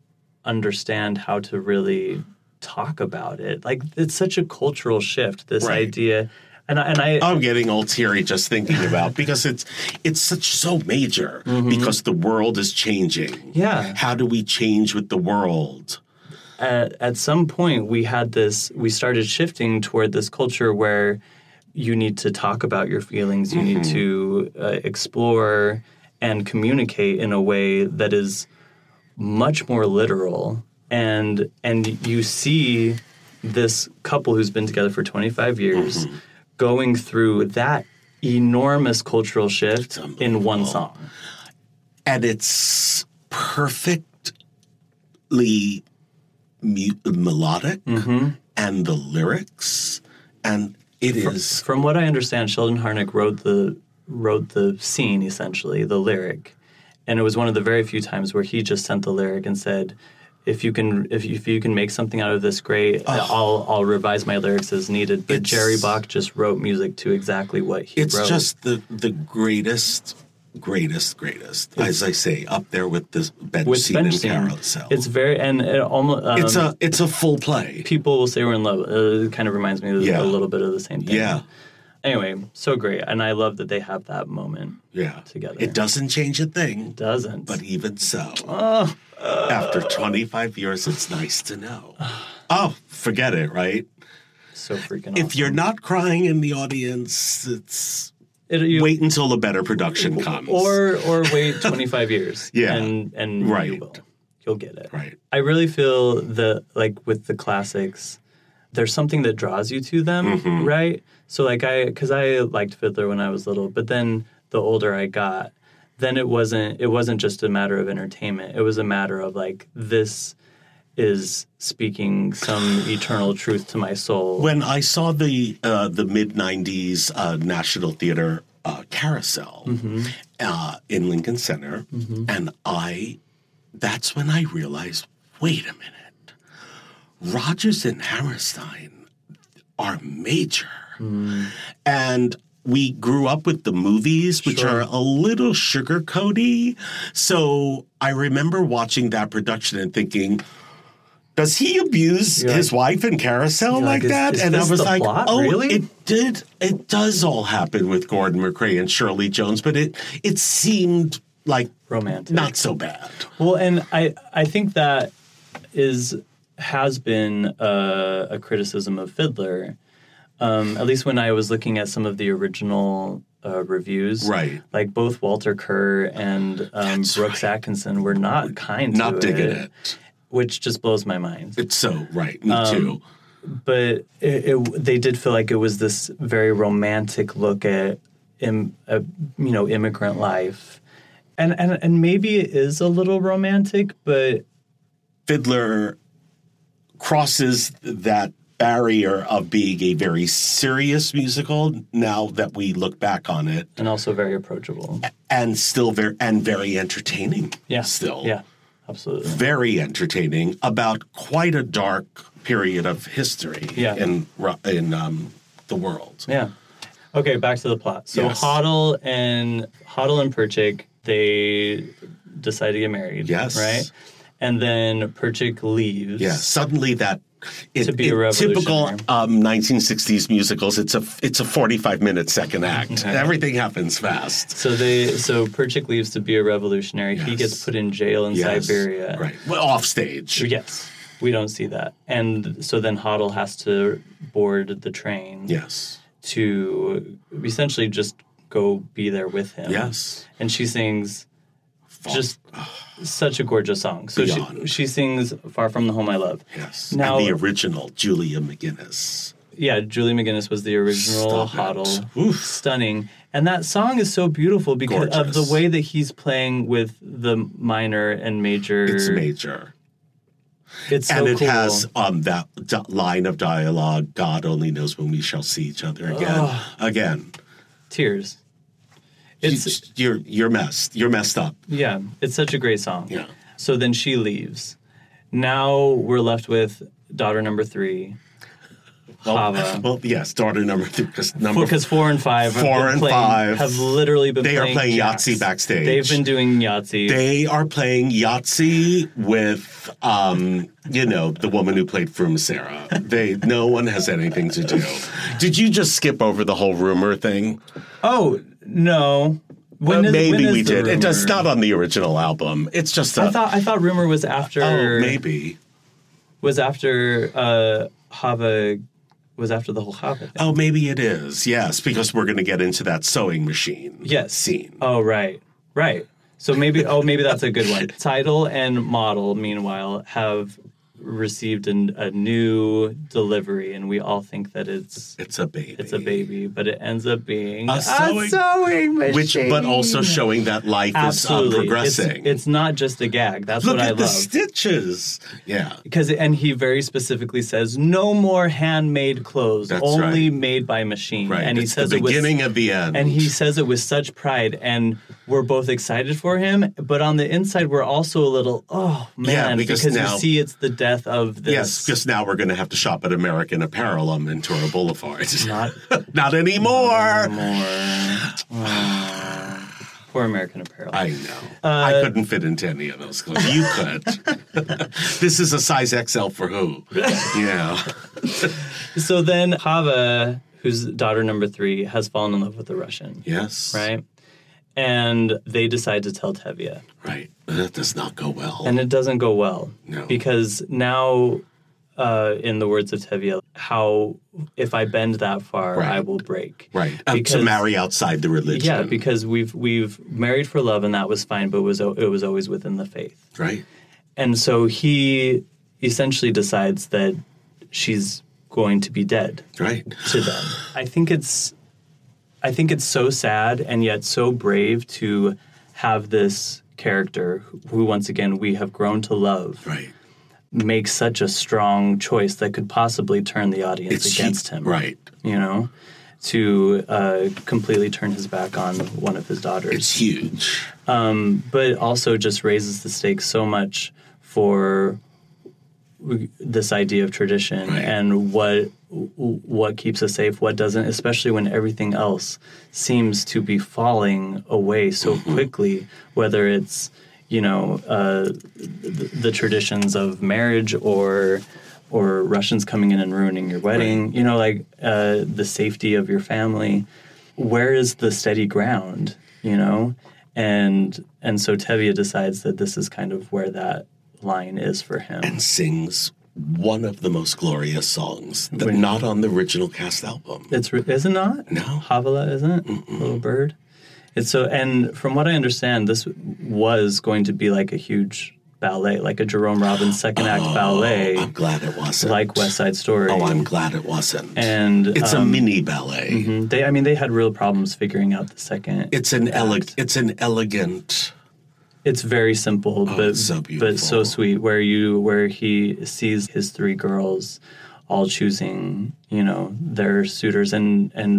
A: understand how to really talk about it. Like it's such a cultural shift. This
B: Right.
A: idea, and I, and I
B: I'm getting all teary just thinking
A: (laughs)
B: about because it's it's such so major because the world is changing.
A: Mm-hmm. Yeah.
B: How do we change with the world?
A: at, at some point we had this we started shifting toward this culture where you need to talk about your feelings you need to uh, explore and communicate in a way that is much more literal and and you see this couple who's been together for 25 years going through that enormous cultural shift in one song
B: And it's perfectly mu- melodic
A: Mm-hmm.
B: and the lyrics and it is
A: From what I understand, Sheldon Harnick wrote the wrote the scene essentially, the lyric, and it was one of the very few times where he just sent the lyric and said, "If you can, if you, if you can make something out of this, great. I'll I'll revise my lyrics as needed." But
B: It's-
A: Jerry Bach just wrote music to exactly what he
B: it's
A: wrote.
B: just the the greatest greatest greatest as I say up there with this bench
A: with
B: scene in
A: bench
B: and
A: scene.
B: carousel.
A: It's very and it almost um,
B: it's a it's a full play.
A: people will say we're in love. Uh, it kind of reminds me of
B: Yeah.
A: a little bit of the same thing.
B: Yeah.
A: Anyway, so great, and I love that they have that moment.
B: Yeah.
A: Together.
B: It doesn't change a thing.
A: Doesn't
B: But even so,
A: Oh.
B: after 25 years, it's nice to know.
A: (sighs)
B: Oh, forget it, right?
A: so freaking awesome.
B: If you're not crying in the audience, it's
A: It- you-
B: wait until a better production comes.
A: or or
B: (laughs)
A: wait 25 years
B: Yeah.
A: and and you
B: Right.
A: will you'll get it
B: right,
A: i really feel the like with the classics there's something that draws you to them
B: Mm-hmm.
A: right so like i because i liked fiddler when i was little but then the older i got then it wasn't it wasn't just a matter of entertainment it was a matter of like this is speaking
B: (sighs)
A: some eternal truth to my soul
B: when I saw the uh, the mid '90s uh, National Theater uh, Carousel
A: Mm-hmm.
B: uh, in Lincoln Center, and I, that's when I realized, wait a minute, Rogers and Hammerstein are major,
A: Hmm.
B: and. We grew up with the movies, which are a little sugar coaty. So I remember watching that production and thinking, does he abuse
A: You're
B: his
A: like-
B: wife in Carousel?
A: You're like,
B: like,
A: is-
B: that.
A: is
B: and
A: this
B: I was
A: the
B: like,
A: plot,
B: oh,
A: really?"
B: it did. It does all happen with Gordon McRae and Shirley Jones, but it it seemed like
A: romantic
B: not so bad.
A: Well, and I I think that is has been uh, a, a criticism of Fiddler. Um, at least when I was looking at some of the original uh, reviews,
B: Right.
A: Like both Walter Kerr and um, Brooks Atkinson were not kind, to
B: Not digging it.
A: which just blows my mind.
B: It's so right. Me
A: Um,
B: too.
A: But it, it, they did feel like it was this very romantic look at, Im, uh, you know, immigrant life, and and and maybe it is a little romantic, but
B: Fiddler crosses that barrier of being a very serious musical now that we look back on it
A: and also very approachable.
B: and still very and very entertaining
A: Yeah.
B: still
A: Yeah. Absolutely.
B: very entertaining about quite a dark period of history
A: Yeah.
B: in Ru- in um, the world
A: Yeah. Okay, back to the plot. So
B: Yes.
A: Hoddle and Hoddle and Perchik, they decide to get married.
B: Yes.
A: Right? And then Perchik leaves.
B: Yeah, suddenly that in,
A: To be a
B: in typical
A: revolutionary.
B: um, 1960s musicals, it's a it's a 45 minute
A: (laughs)
B: second act. Everything happens fast.
A: So they so Perchik leaves to be a revolutionary. He gets put in jail in
B: Yes,
A: Siberia.
B: right? Well, off stage.
A: Yes. We don't see that. And so then Hoddle has to board the train
B: Yes,
A: to essentially just go be there with him.
B: yes.
A: And she sings just such a gorgeous song. So she,
B: Beyond.
A: she sings Far From the Home I Love.
B: Yes.
A: Now-
B: and the original Julia McGinnis.
A: Yeah, Julie McGinnis was the original
B: Stop it.
A: Hoddle. Stunning. And that song is so beautiful because of
B: Gorgeous.
A: the way that he's playing with the minor and major.
B: It's major.
A: It's so
B: and it
A: cool.
B: has um, that d- line of dialogue God only knows when we shall see each other again. Again.
A: tears. It's
B: You- you're, you're messed. You're messed up.
A: Yeah, it's such a great song.
B: Yeah.
A: So then she leaves. Now we're left with daughter number three. Chava.
B: Well, well, yes, daughter number three. 'cause Number
A: Because four and five, have
B: Four
A: been
B: and
A: playing-
B: five.
A: have literally been.
B: They are
A: playing
B: playing
A: jacks.
B: Yahtzee backstage.
A: They've been doing Yahtzee.
B: They are playing Yahtzee with, um, you know, the woman who played Frum Sarah. They, no one has anything to do. Did you just skip over the whole rumor thing?
A: oh no! When
B: Well,
A: is-
B: maybe
A: when is
B: we
A: the
B: did. It does
A: rumor?
B: not on the original album. It's just a
A: I thought I thought rumor was after.
B: oh, maybe.
A: was after uh, Hava was after the whole Hava. Thing.
B: Oh, maybe it is. Yes, because we're going to get into that sewing machine.
A: Yes.
B: scene.
A: Oh, right. Right. So maybe, oh, maybe that's a good
B: (laughs)
A: one. Title and model, meanwhile, have received an, a new delivery, and we all think that it's
B: It's a baby.
A: it's a baby, but it ends up being
B: A sewing-
A: machine.
B: Which, but also showing that life is uh,
A: absolutely It's-
B: progressing.
A: It's, not just a gag. That's
B: Look
A: what
B: at
A: I
B: the
A: love.
B: stitches. Yeah.
A: because and he very specifically says no more handmade clothes,
B: That's
A: only
B: right.
A: made by machine.
B: Right.
A: And he
B: it's
A: says
B: the
A: it with
B: beginning of the end.
A: and he says it with such pride and we're both excited for him but on the inside we're also a little oh man
B: Yeah,
A: because,
B: because now-
A: you see it's the death of this
B: Yes, because (sighs) now we're going to have to shop at American Apparel on Ventura Boulevard.
A: not
B: (laughs) Not anymore.
A: more (sighs) poor american apparel
B: I know.
A: Uh,
B: I couldn't fit into any of those clothes. You
A: (laughs)
B: could. this is a size XL for who? Yeah.
A: so then hava who's daughter number three has fallen in love with the russian
B: Yes.
A: right and they decide to tell tevye
B: Right. That does not go well.
A: and it doesn't go well
B: No.
A: because now uh, in the words of tevye how if i bend that far i
B: Right.
A: will break
B: right. Um, to
A: because-
B: marry outside the religion.
A: Yeah, because we've we've married for love, and that was fine, but was o- it was always within the faith.
B: right.
A: And so he essentially decides that she's going to be dead
B: Right.
A: to them. I think it's I think it's so sad and yet so brave to have this character who once again we have grown to love
B: Right.
A: make such a strong choice that could possibly turn the audience
B: It's
A: against
B: he-
A: him
B: Right.
A: you know to uh, completely turn his back on one of his daughters
B: It's huge.
A: but it also just raises the stakes so much for w- this idea of tradition
B: Right.
A: and what w- what keeps us safe, what doesn't, especially when everything else seems to be falling away so quickly. Whether it's you know uh, th- the traditions of marriage or or Russians coming in and ruining your wedding, you know, like uh, the safety of your family where is the steady ground you know and and so tevye decides that this is kind of where that line is for him
B: And sings one of the most glorious songs that not on the original cast album.
A: it's re- is it not
B: No.
A: havila isn't little bird it's so and from what i understand this was going to be like a huge ballet like a jerome robbins second act ballet
B: Oh, I'm glad it wasn't.
A: like west side story
B: Oh, I'm glad it wasn't.
A: and
B: it's
A: um, Mm-hmm.
B: a mini ballet.
A: they i mean they had real problems figuring out the second
B: It's an elegant. It's an elegant.
A: It's very simple, but
B: Oh, it's so
A: but so
B: beautiful.
A: sweet. Where you where he sees his three girls all choosing, you know, their suitors and and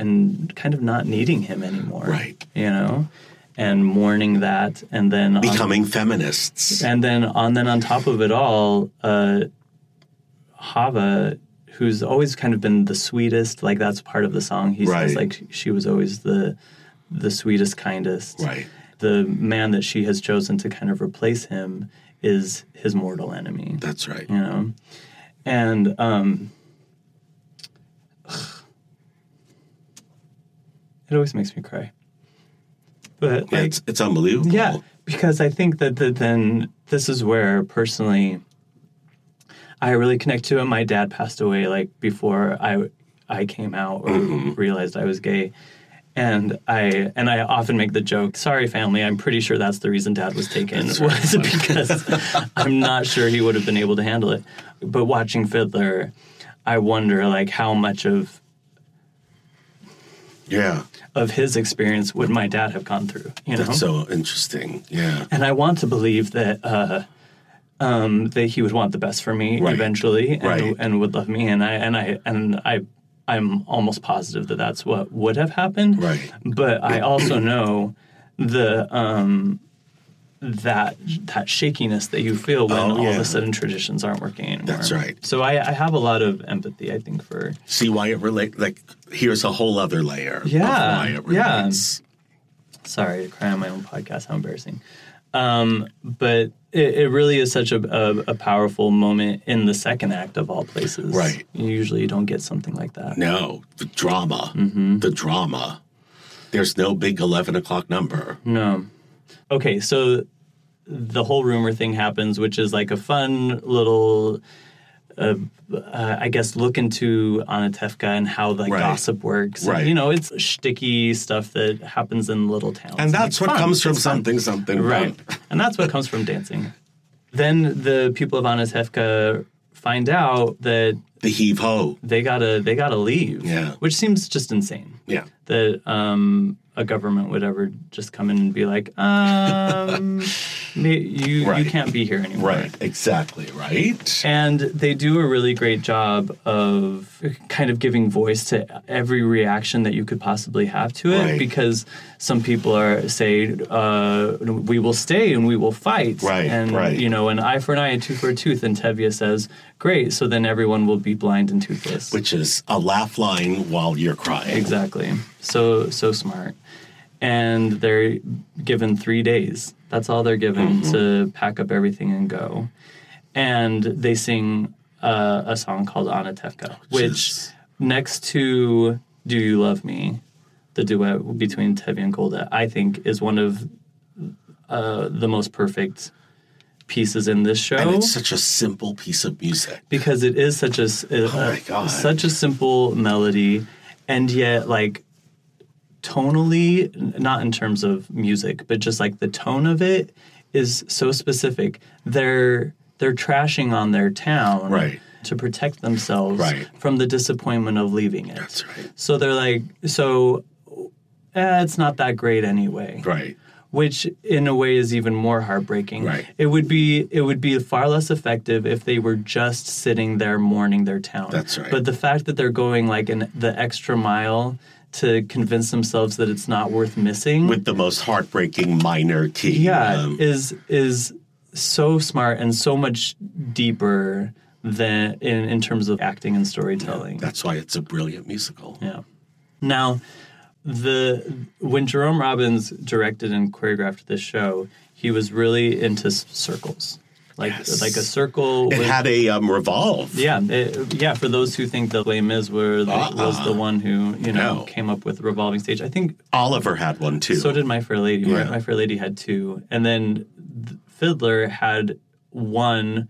A: and kind of not needing him anymore.
B: Right.
A: You know, and mourning that, and then on-
B: Becoming
A: Um,
B: feminists.
A: and then on then on top of it all, uh, Hava, who's always kind of been the sweetest, like that's part of the song. He says
B: Right.
A: like she was always the the sweetest, kindest.
B: Right.
A: The man that she has chosen to kind of replace him is his mortal enemy.
B: That's right.
A: You know, and um, it always makes me cry. But
B: Yeah,
A: like,
B: it's, it's unbelievable.
A: yeah, because I think that the, then this is where personally I really connect to it. My dad passed away like before I I came out or realized I was gay. And I and I often make the joke, sorry family, I'm pretty sure that's the reason dad was taken (laughs) was because (laughs) I'm not sure he would have been able to handle it. But watching Fiddler, I wonder like how much of
B: Yeah.
A: of his experience would my dad have gone through, you know?
B: That's so interesting. Yeah.
A: and I want to believe that uh, um, that he would want the best for me
B: Right.
A: eventually, and,
B: Right.
A: and would love me, and I and I and I I'm almost positive that that's what would have happened.
B: Right.
A: But I also know the um, that that shakiness that you feel when
B: Oh,
A: all of
B: yeah.
A: a sudden traditions aren't working anymore.
B: That's right.
A: So I, I have a lot of empathy, I think, for
B: See why it relates? Like, here's a whole other layer of
A: Yeah,
B: why it
A: yeah.
B: relates.
A: sorry to cry on my own podcast how embarrassing um, but it, it really is such a, a, a powerful moment in the second act of all places
B: Right.
A: you usually don't get something like that
B: No, the drama.
A: Mm-hmm.
B: The drama. There's no big 11 o'clock number.
A: no okay so the whole rumor thing happens which is like a fun little uh, uh, I guess look into Anatevka and how the
B: Right.
A: gossip works.
B: Right.
A: You know, it's shticky stuff that happens in little towns.
B: And that's
A: it's
B: what
A: fun.
B: comes from
A: It's fun.
B: something, something.
A: Right. and that's what comes from dancing. Then the people of Anatevka find out that
B: The heave ho.
A: they gotta they gotta leave.
B: Yeah.
A: Which seems just insane.
B: Yeah.
A: That um, a government would ever just come in and be like,
B: (laughs)
A: um, ma- you
B: Right.
A: you can't be here anymore.
B: Right. Exactly. Right.
A: And they do a really great job of kind of giving voice to every reaction that you could possibly have to it,
B: Right.
A: because some people are say, uh, "We will stay and we will fight,"
B: Right,
A: and
B: right.
A: you know, an eye for an eye, a tooth for a tooth. And Tevye says, "Great, so then everyone will be blind and toothless."
B: Which is a laugh line while you're crying.
A: exactly, so so smart. And they're given three days. That's all they're given
B: Mm-hmm.
A: to pack up everything and go. and they sing uh, a song called Anatevka, which
B: jeez.
A: next to Do You Love Me, the duet between Tevi and Golda, I think is one of uh, the most perfect pieces in this show
B: And it's such a simple piece of music.
A: because it is such a, s- a-
B: Oh my God.
A: such a simple melody and yet like tonally n- not in terms of music but just like the tone of it is so specific they're they're trashing on their town
B: Right.
A: to protect themselves
B: Right.
A: from the disappointment of leaving it
B: That's right.
A: so they're like so eh, it's not that great anyway
B: Right.
A: which in a way is even more heartbreaking.
B: Right.
A: It would be it would be far less effective if they were just sitting there mourning their town.
B: That's right.
A: But the fact that they're going like an, the extra mile to convince themselves that it's not worth missing
B: With the most heartbreaking minor key.
A: yeah
B: Um,
A: is is so smart and so much deeper than in, in terms of acting and storytelling.
B: that's why it's a brilliant musical.
A: Yeah. Now, the when Jerome Robbins directed and choreographed this show, he was really into s- circles, like like a circle.
B: It
A: with-
B: had a um, revolve.
A: yeah, it- yeah. For those who think that Les Mis were the, was the one who you know
B: Ah. No.
A: came up with revolving stage, I think
B: Oliver had one too.
A: so did My Fair Lady. My-
B: Yeah.
A: My Fair Lady had two, and then th- Fiddler had one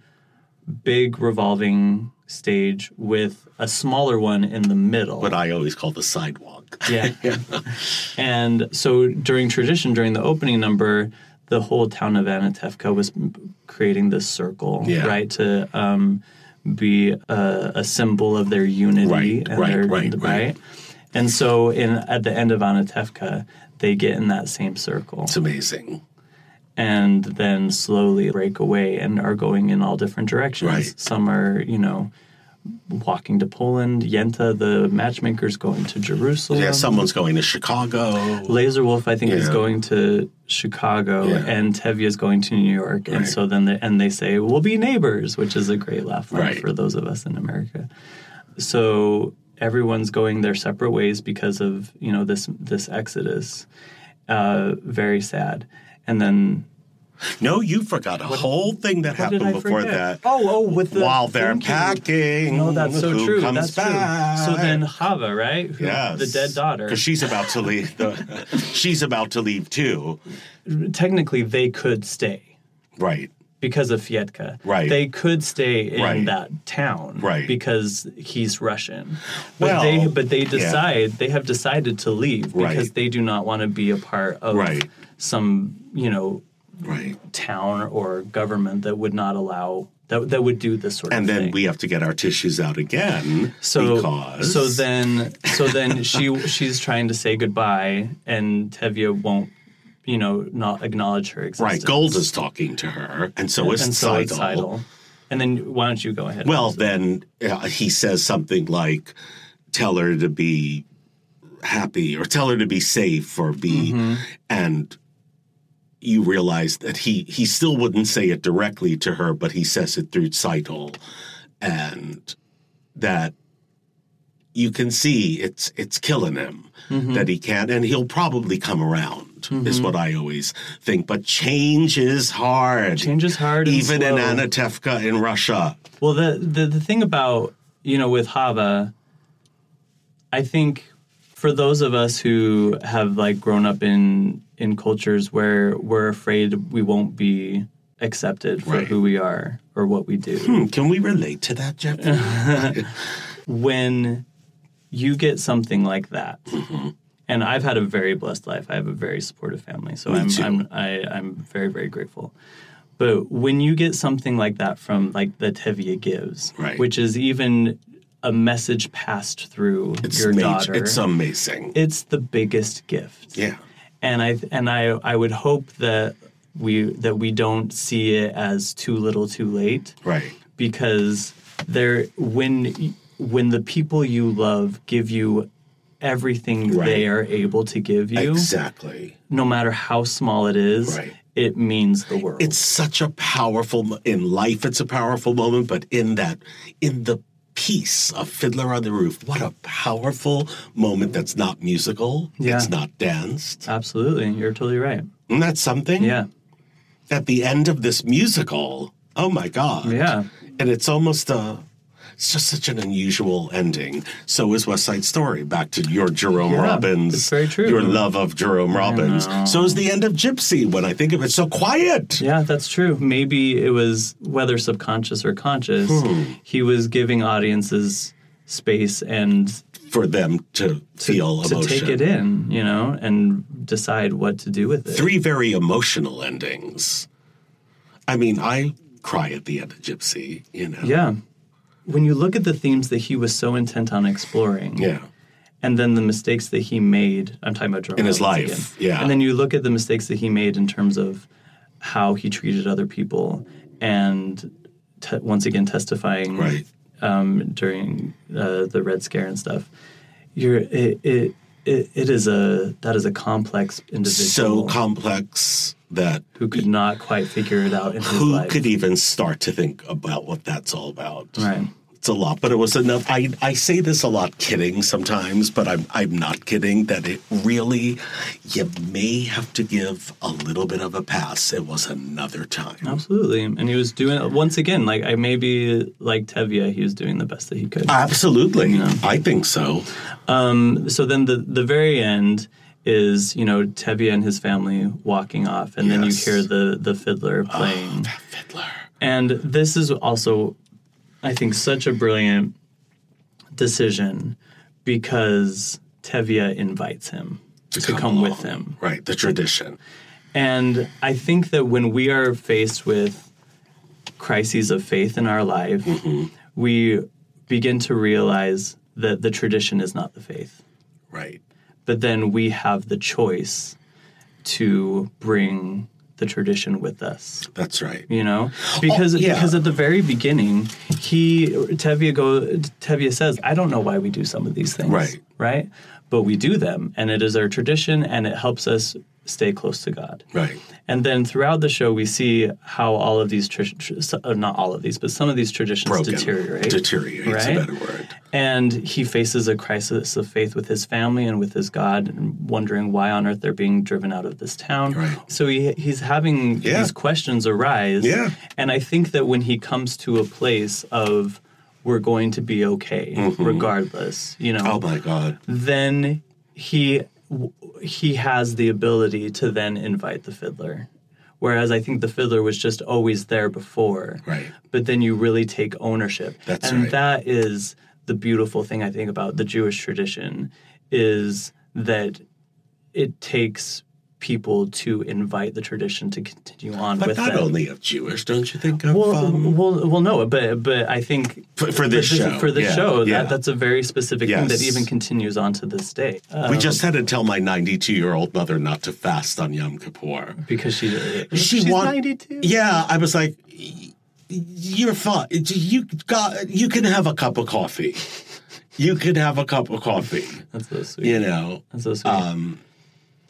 A: big revolving stage with a smaller one in the middle.
B: what I always call the sidewalk.
A: (laughs) Yeah.
B: (laughs)
A: And so during tradition, during the opening number, the whole town of Anatevka was m- creating this circle,
B: Yeah.
A: right, to um, be a, a symbol of their unity.
B: Right,
A: and
B: right,
A: their,
B: right, right.
A: And so in at the end of Anatevka, they get in that same circle
B: It's amazing.
A: and then slowly break away and are going in all different directions.
B: Right.
A: Some are, you know, walking to Poland. Yenta, the matchmaker's going to Jerusalem.
B: Yeah, someone's going to Chicago.
A: Laser Wolf, I think, is
B: Yeah.
A: going to Chicago,
B: Yeah.
A: and Tevye is going to New York, and
B: Right.
A: so then they, and they say we'll be neighbors, which is a great laugh line
B: Right.
A: for those of us in America. So everyone's going their separate ways because of you know this this exodus. Uh, very sad, and then
B: No, you forgot a whole thing that
A: what did
B: happened
A: I
B: before
A: forget?
B: that.
A: Oh, oh, with the
B: While they're
A: thank you.
B: packing,
A: No, that's so
B: who
A: true.
B: comes
A: That's
B: back?
A: true. So then Hava, right? Who-
B: Yes.
A: the dead daughter.
B: Because she's about to leave.
A: (laughs)
B: The, she's about to leave too.
A: Technically, they could stay.
B: Right.
A: because of Fietka.
B: Right.
A: They could stay in
B: Right.
A: that town
B: Right.
A: because he's Russian. But
B: Well,
A: they but they
B: yeah.
A: decide they have decided to leave because
B: Right.
A: they do not want to be a part of
B: Right.
A: some, you know,
B: Right.
A: town or government that would not allow that, that would do this sort
B: And
A: of thing.
B: then we have to get our tissues out again
A: So
B: because
A: so then so then she she's trying to say goodbye and Tevye won't you know not acknowledge her existence.
B: right, Gold is talking to her, and so is
A: and so it's
B: Seidel.
A: Seidel. And then why don't you go ahead?
B: Well, then uh, he says something like, "Tell her to be happy, or tell her to be safe, or be,"
A: Mm-hmm.
B: and you realize that he he still wouldn't say it directly to her, but he says it through Seidel, and that you can see it's it's killing him
A: Mm-hmm.
B: that he can't, and he'll probably come around. Is what I always think, but change is hard.
A: Change is hard and
B: even in
A: slow.
B: Anatevka in Russia.
A: Well, the, the the thing about you know with Hava, I think for those of us who have like grown up in in cultures where we're afraid we won't be accepted for
B: Right.
A: who we are or what we do,
B: Hmm, Can we relate to that, Jeff?
A: when you get something like that.
B: Mm-hmm.
A: And I've had a very blessed life. I have a very supportive family, so I'm,
B: too.
A: I'm I, I'm very very grateful. But when you get something like that from like the Tevye gives,
B: Right.
A: which is even a message passed through
B: (laughs) It's
A: your
B: ma-
A: daughter,
B: It's amazing.
A: it's the biggest gift.
B: yeah.
A: And I and I I would hope that we that we don't see it as too little, too late
B: Right.
A: because there when when the people you love give you everything
B: Right.
A: they are able to give you
B: Exactly.
A: no matter how small it is
B: Right.
A: it means the world
B: It's such a powerful mo- in life. It's a powerful moment, but in that, in the piece of Fiddler on the Roof, what a powerful moment. That's not musical.
A: Yeah.
B: It's not danced.
A: absolutely you're totally right
B: Isn't that something?
A: yeah
B: At the end of this musical, oh my god.
A: yeah
B: And it's almost a. It's just such an unusual ending. So is West Side Story. Back to your Jerome Robbins.
A: it's very true.
B: Your love of Jerome Robbins. So is the end of Gypsy when I think of it. So quiet.
A: yeah that's true maybe it was whether subconscious or conscious
B: Hmm.
A: he was giving audiences space and
B: For them to, feel
A: to
B: emotion.
A: take it in you know and decide what to do with it
B: Three very emotional endings. I mean, I cry at the end of Gypsy, you know.
A: Yeah. When you look at the themes that he was so intent on exploring,
B: Yeah.
A: and then the mistakes that he made, I'm talking about Jerome
B: In his
A: Robbins
B: life,
A: again.
B: yeah.
A: And then you look at the mistakes that he made in terms of how he treated other people, and te- once again testifying
B: Right.
A: um, during uh, the Red Scare and stuff. You're it. it it, it is a that is a complex
B: So
A: individual
B: complex that
A: who could not quite figure it out in his
B: who
A: life.
B: could even start to think about what that's all about?
A: Right.
B: It's a lot, but it was enough. I, I say this a lot, kidding sometimes, but I'm I'm not kidding. That it really, you may have to give a little bit of a pass. It was another time.
A: Absolutely. And he was doing once again, like I maybe like Tevye, he was doing the best that he
B: Ah.
A: could.
B: Absolutely, I think so.
A: so then the the very end is, you know, Tevye and his family walking off and then you
B: Yes. Ah.
A: hear the the fiddler playing.
B: Fiddler.
A: and this is also I think such a brilliant decision because Tevye invites him to, come, with
B: along.
A: him.
B: Right, the tradition.
A: And I think that when we are faced with crises of faith in our life,
B: Mm-hmm.
A: we begin to realize that the tradition is not the faith.
B: Right.
A: But then we have the choice to bring the tradition with us
B: That's right.
A: you know because
B: Oh, yeah.
A: because at the very beginning he tevye go tevye says i don't know why we do some of these things
B: Right.
A: right but we do them and it is our tradition and it helps us stay close to god
B: Right.
A: and then throughout the show we see how all of these tr- tr- so- uh, not all of these but some of these traditions
B: Broken.
A: deteriorate
B: Deteriorates
A: right?
B: a better word.
A: and he faces a crisis of faith with his family and with his God, and wondering why on earth they're being driven out of this town.
B: Right.
A: So he, he's having
B: Yeah.
A: these questions arise.
B: Yeah.
A: And I think that when he comes to a place of we're going to be okay
B: Mm-hmm.
A: regardless, you know,
B: Oh my God.
A: then he w- he has the ability to then invite the fiddler. Whereas I think the fiddler was just always there before
B: Right.
A: but then you really take ownership.
B: That's
A: and
B: right.
A: that is the beautiful thing I think about the Jewish tradition is that it takes people to invite the tradition to continue on
B: But
A: with
B: not
A: them.
B: only of Jewish, don't you think of
A: well,
B: um,
A: well, well, no, but but I think
B: for, for this
A: but
B: show?
A: for this
B: Yeah,
A: show,
B: yeah.
A: that, that's a very specific thing that
B: Yes.
A: even continues on to this day uh,
B: we just had to tell my 92 year old mother not to fast on Yom Kippur.
A: because she
B: She
A: she's
B: want-
A: ninety two.
B: Yeah, I was like, "Y- you're fine. You got. You can have a cup of coffee. You can have a cup of coffee.
A: that's so sweet.
B: You know.
A: That's so sweet.
B: Um,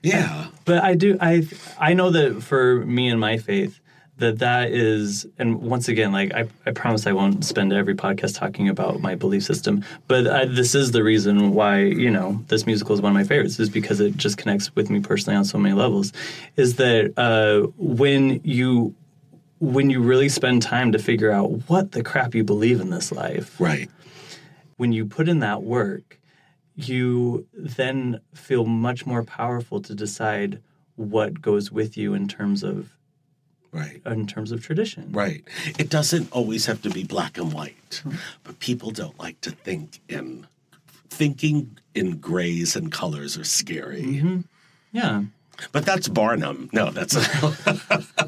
B: Yeah.
A: But I do I I know that for me and my faith that that is and once again like I, I promise I won't spend every podcast talking about my belief system but I, this is the reason why you know this musical is one of my favorites is because it just connects with me personally on so many levels is that uh, when you when you really spend time to figure out what the crap you believe in this life
B: Right.
A: when you put in that work, you then feel much more powerful to decide what goes with you in terms of
B: Right.
A: in terms of tradition.
B: Right. It doesn't always have to be black and white, but people don't like to think in thinking in grays and colors are scary.
A: Yeah.
B: But that's Barnum. No, that's
A: Oh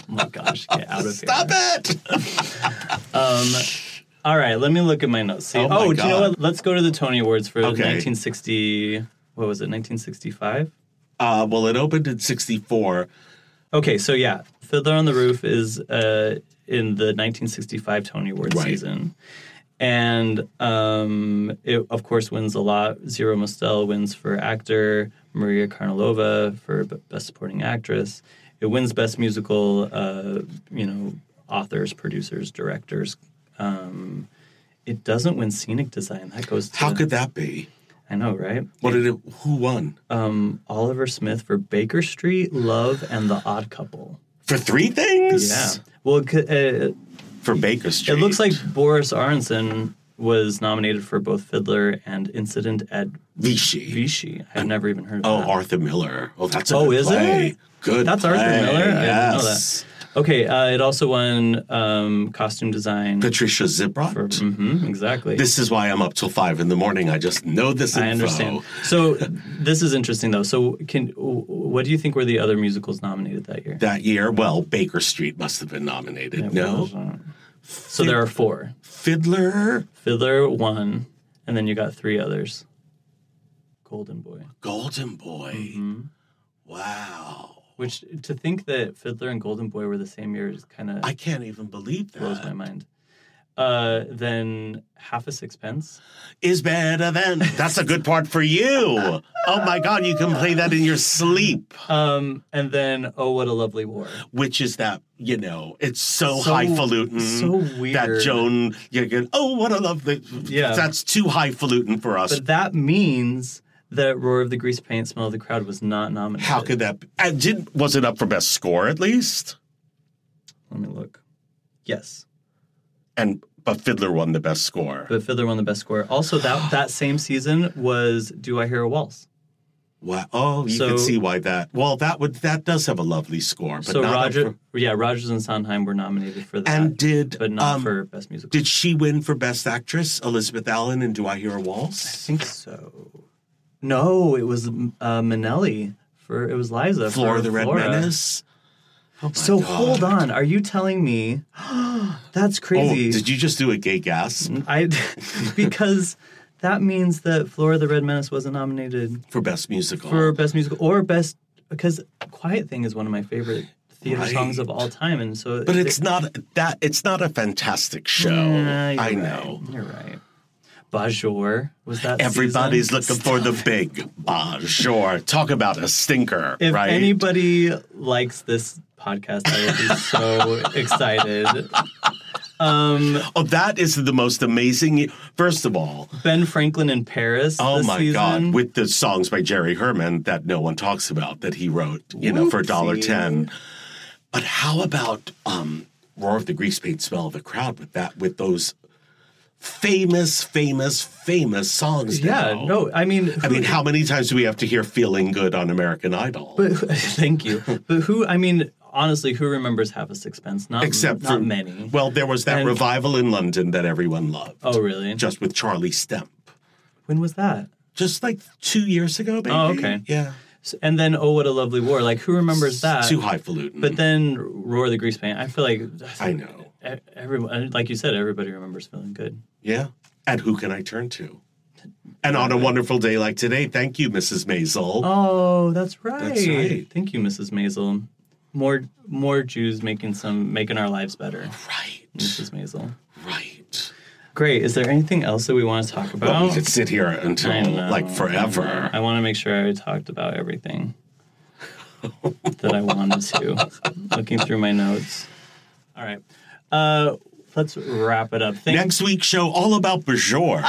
A: my gosh, get out of
B: (laughs) stop
A: here.
B: it.
A: All right, let me look at my notes. See,
B: Oh my
A: do you know
B: God.
A: what? Let's go to the Tony Awards for
B: Okay.
A: 1960. What was it? 1965.
B: Uh, well, it opened in '64.
A: Okay, so yeah, Fiddler on the Roof is uh, in the 1965 Tony Award
B: Right.
A: season, and um, it of course wins a lot. Zero Mostel wins for actor, Maria Karnilova for b- best supporting actress. It wins best musical. Uh, you know, authors, producers, directors. Um, it doesn't win scenic design. That goes to
B: How could that be?
A: I know, right?
B: What did it? Who won
A: Um, Oliver Smith for Baker Street, Love, and The Odd Couple.
B: for three things?
A: Yeah. Well, c- uh,
B: for Baker Street.
A: it looks like Boris Aronson was nominated for both Fiddler and Incident at
B: Vichy.
A: Vichy. I've never even heard of
B: Oh,
A: that.
B: Arthur Miller. Oh, that's a
A: Oh,
B: good
A: is
B: play.
A: it?
B: Good.
A: That's Arthur
B: play.
A: Miller? I didn't know
B: Yes.
A: Okay, uh, it also won um, costume design.
B: Patricia Zibrot.
A: hmm exactly.
B: This is why I'm up till five in the morning. I just know this. Info.
A: I understand. So this is interesting though. So can w- what do you think were the other musicals nominated that year?
B: That year, well, Baker Street must have been nominated. no,
A: So there are four.
B: Fiddler,
A: Fiddler one, and then you got three others. Golden Boy.
B: Golden Boy.
A: Mm-hmm.
B: Wow,
A: Which to think that Fiddler and Golden Boy were the same year is kind of
B: I can't even believe
A: blows my
B: that.
A: mind. Uh, then half a sixpence.
B: Is better than. That's a good part for you.
A: (laughs)
B: Oh my God, you can play that in your sleep.
A: Um, and then oh, what a lovely war.
B: which is that you know it's so,
A: So-
B: highfalutin,
A: so
B: that
A: weird.
B: Joan. You get, oh, what a lovely.
A: Yeah.
B: that's too highfalutin for us.
A: But that means that Roar of the Grease Paint, Smell of the Crowd was not nominated.
B: How could that? Be? And did was it up for best score at least?
A: Let me look. Yes,
B: And but Fiddler won the best score.
A: but Fiddler won the best score. Also,
B: (gasps)
A: that that same season was Do I Hear a Waltz?
B: wow. Oh, you
A: So-
B: can see why that. Well, that would that does have a lovely score, but
A: so
B: not up
A: Roger,
B: for-
A: yeah, Rogers and Sondheim were nominated for that,
B: and did
A: but not
B: um,
A: for best musical.
B: Did she win for best actress? Elizabeth Allen and Do I Hear a
A: I
B: Waltz?
A: think so. No, it was uh, Manelli for it was Liza.
B: Flora
A: for
B: the Red
A: Flora.
B: Menace. Oh my
A: So
B: God.
A: hold on, are you telling
B: (gasps)
A: me that's
B: Oh,
A: crazy? Mm-hmm.
B: did you just do a gay gasp?
A: I (laughs) because that means that Flora the Red Menace wasn't nominated
B: for best musical.
A: for best musical or best because Quiet Thing is one of my favorite theater
B: Right.
A: songs of all time, and so.
B: But it's not that it's not a fantastic show.
A: Yeah, you're
B: I
A: right.
B: know.
A: You're right. Bajor was that.
B: Everybody's
A: season?
B: looking for the big Bonjour. Talk about a stinker,
A: If
B: right?
A: anybody likes this podcast, I would be
B: (laughs)
A: so excited.
B: oh, that is the most amazing. First of all,
A: Ben Franklin in Paris.
B: oh
A: this
B: my
A: season.
B: God, with the songs by Jerry Herman that no one talks about that he wrote, you know, for $1.10. But how about um, Roar of the Grease Paint Smell of the Crowd with that, with those famous, famous, famous songs?
A: Yeah,
B: now?
A: no, I mean,
B: I mean, how many times do we have to hear "Feeling Good" on American Idol?
A: (laughs) thank you. But who? I mean, honestly, who remembers half a sixpence? Not
B: Except
A: not
B: for
A: many.
B: Well, there was that
A: And-
B: revival in London that everyone loved,
A: oh, really?
B: just with Charlie Stemp,
A: when was that?
B: just like two years ago. Maybe.
A: Oh, okay.
B: Yeah,
A: S- And then, oh, what a lovely war! Like, who remembers that?
B: too highfalutin.
A: But then, roar the grease paint. I feel like (sighs)
B: I know.
A: e- everyone, like you said, everybody remembers feeling good.
B: Yeah. And who can I turn to? And on a wonderful day like today, thank you, Mrs. Maisel.
A: Oh, that's right.
B: That's right.
A: Thank you, Mrs. Maisel. More, more Jews making some making our lives
B: (sighs)
A: better,
B: Right.
A: Mrs. Maisel. Oh.
B: Right.
A: Great. Is there anything else that we want to talk about?
B: Well, we could sit here until
A: I know.
B: like forever.
A: I want to make sure I talked about everything
B: (laughs)
A: that I wanted to. Looking through my notes. All right. Uh, let's wrap it up. Thank,
B: Next week's show, all about
A: (laughs)
B: Bajor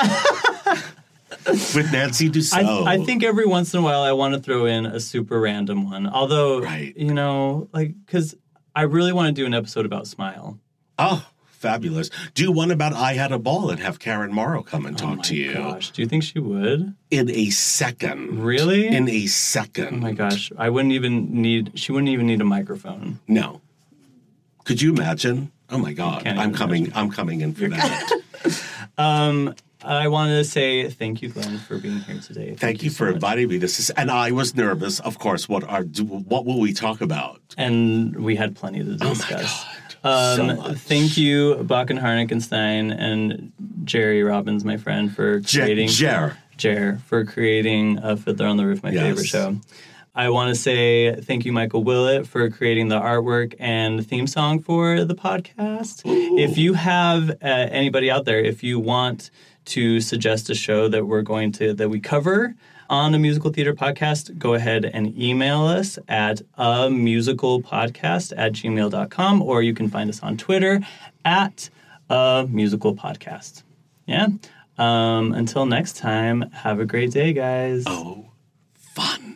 B: with Nancy
A: I,
B: Dussault.
A: I think every once in a while I want to throw in a super random one. Although,
B: Right.
A: you know, like, because I really want to do an episode about Smile.
B: Oh, fabulous. Do one about I Had a Ball and have Karen Morrow come and talk to you
A: Oh Gosh, do you think she would?
B: in a second.
A: Really?
B: In a
A: Oh
B: second.
A: my gosh, I wouldn't even need, she wouldn't even need a microphone.
B: No. Could you imagine? Oh my God.
A: can't
B: I'm
A: even
B: coming. I'm coming in for
A: (laughs)
B: that.
A: I want to say thank you, Glenn, for being here today.
B: Thank you
A: so
B: for
A: much.
B: inviting me. This is, and I was nervous, of course. What are do- what will we talk about?
A: and we had plenty to discuss.
B: Oh So
A: Um,
B: much.
A: Thank you, Bach and Harnickenstein and Jerry Robbins, my friend, for
B: Jer,
A: creating
B: Jer,
A: Jer, for creating uh, Fiddler on the Roof, my
B: Yes.
A: favorite show. I want to say thank you, Michael Willett, for creating the artwork and theme song for the podcast. If you have uh, anybody out there, if you want to suggest a show that we're going to that we cover on a musical theater podcast, go ahead and email us at a musical podcast at gmail.com or you can find us on Twitter at a musical podcast. Yeah. Um, until next time, have a great day, guys.
B: fun.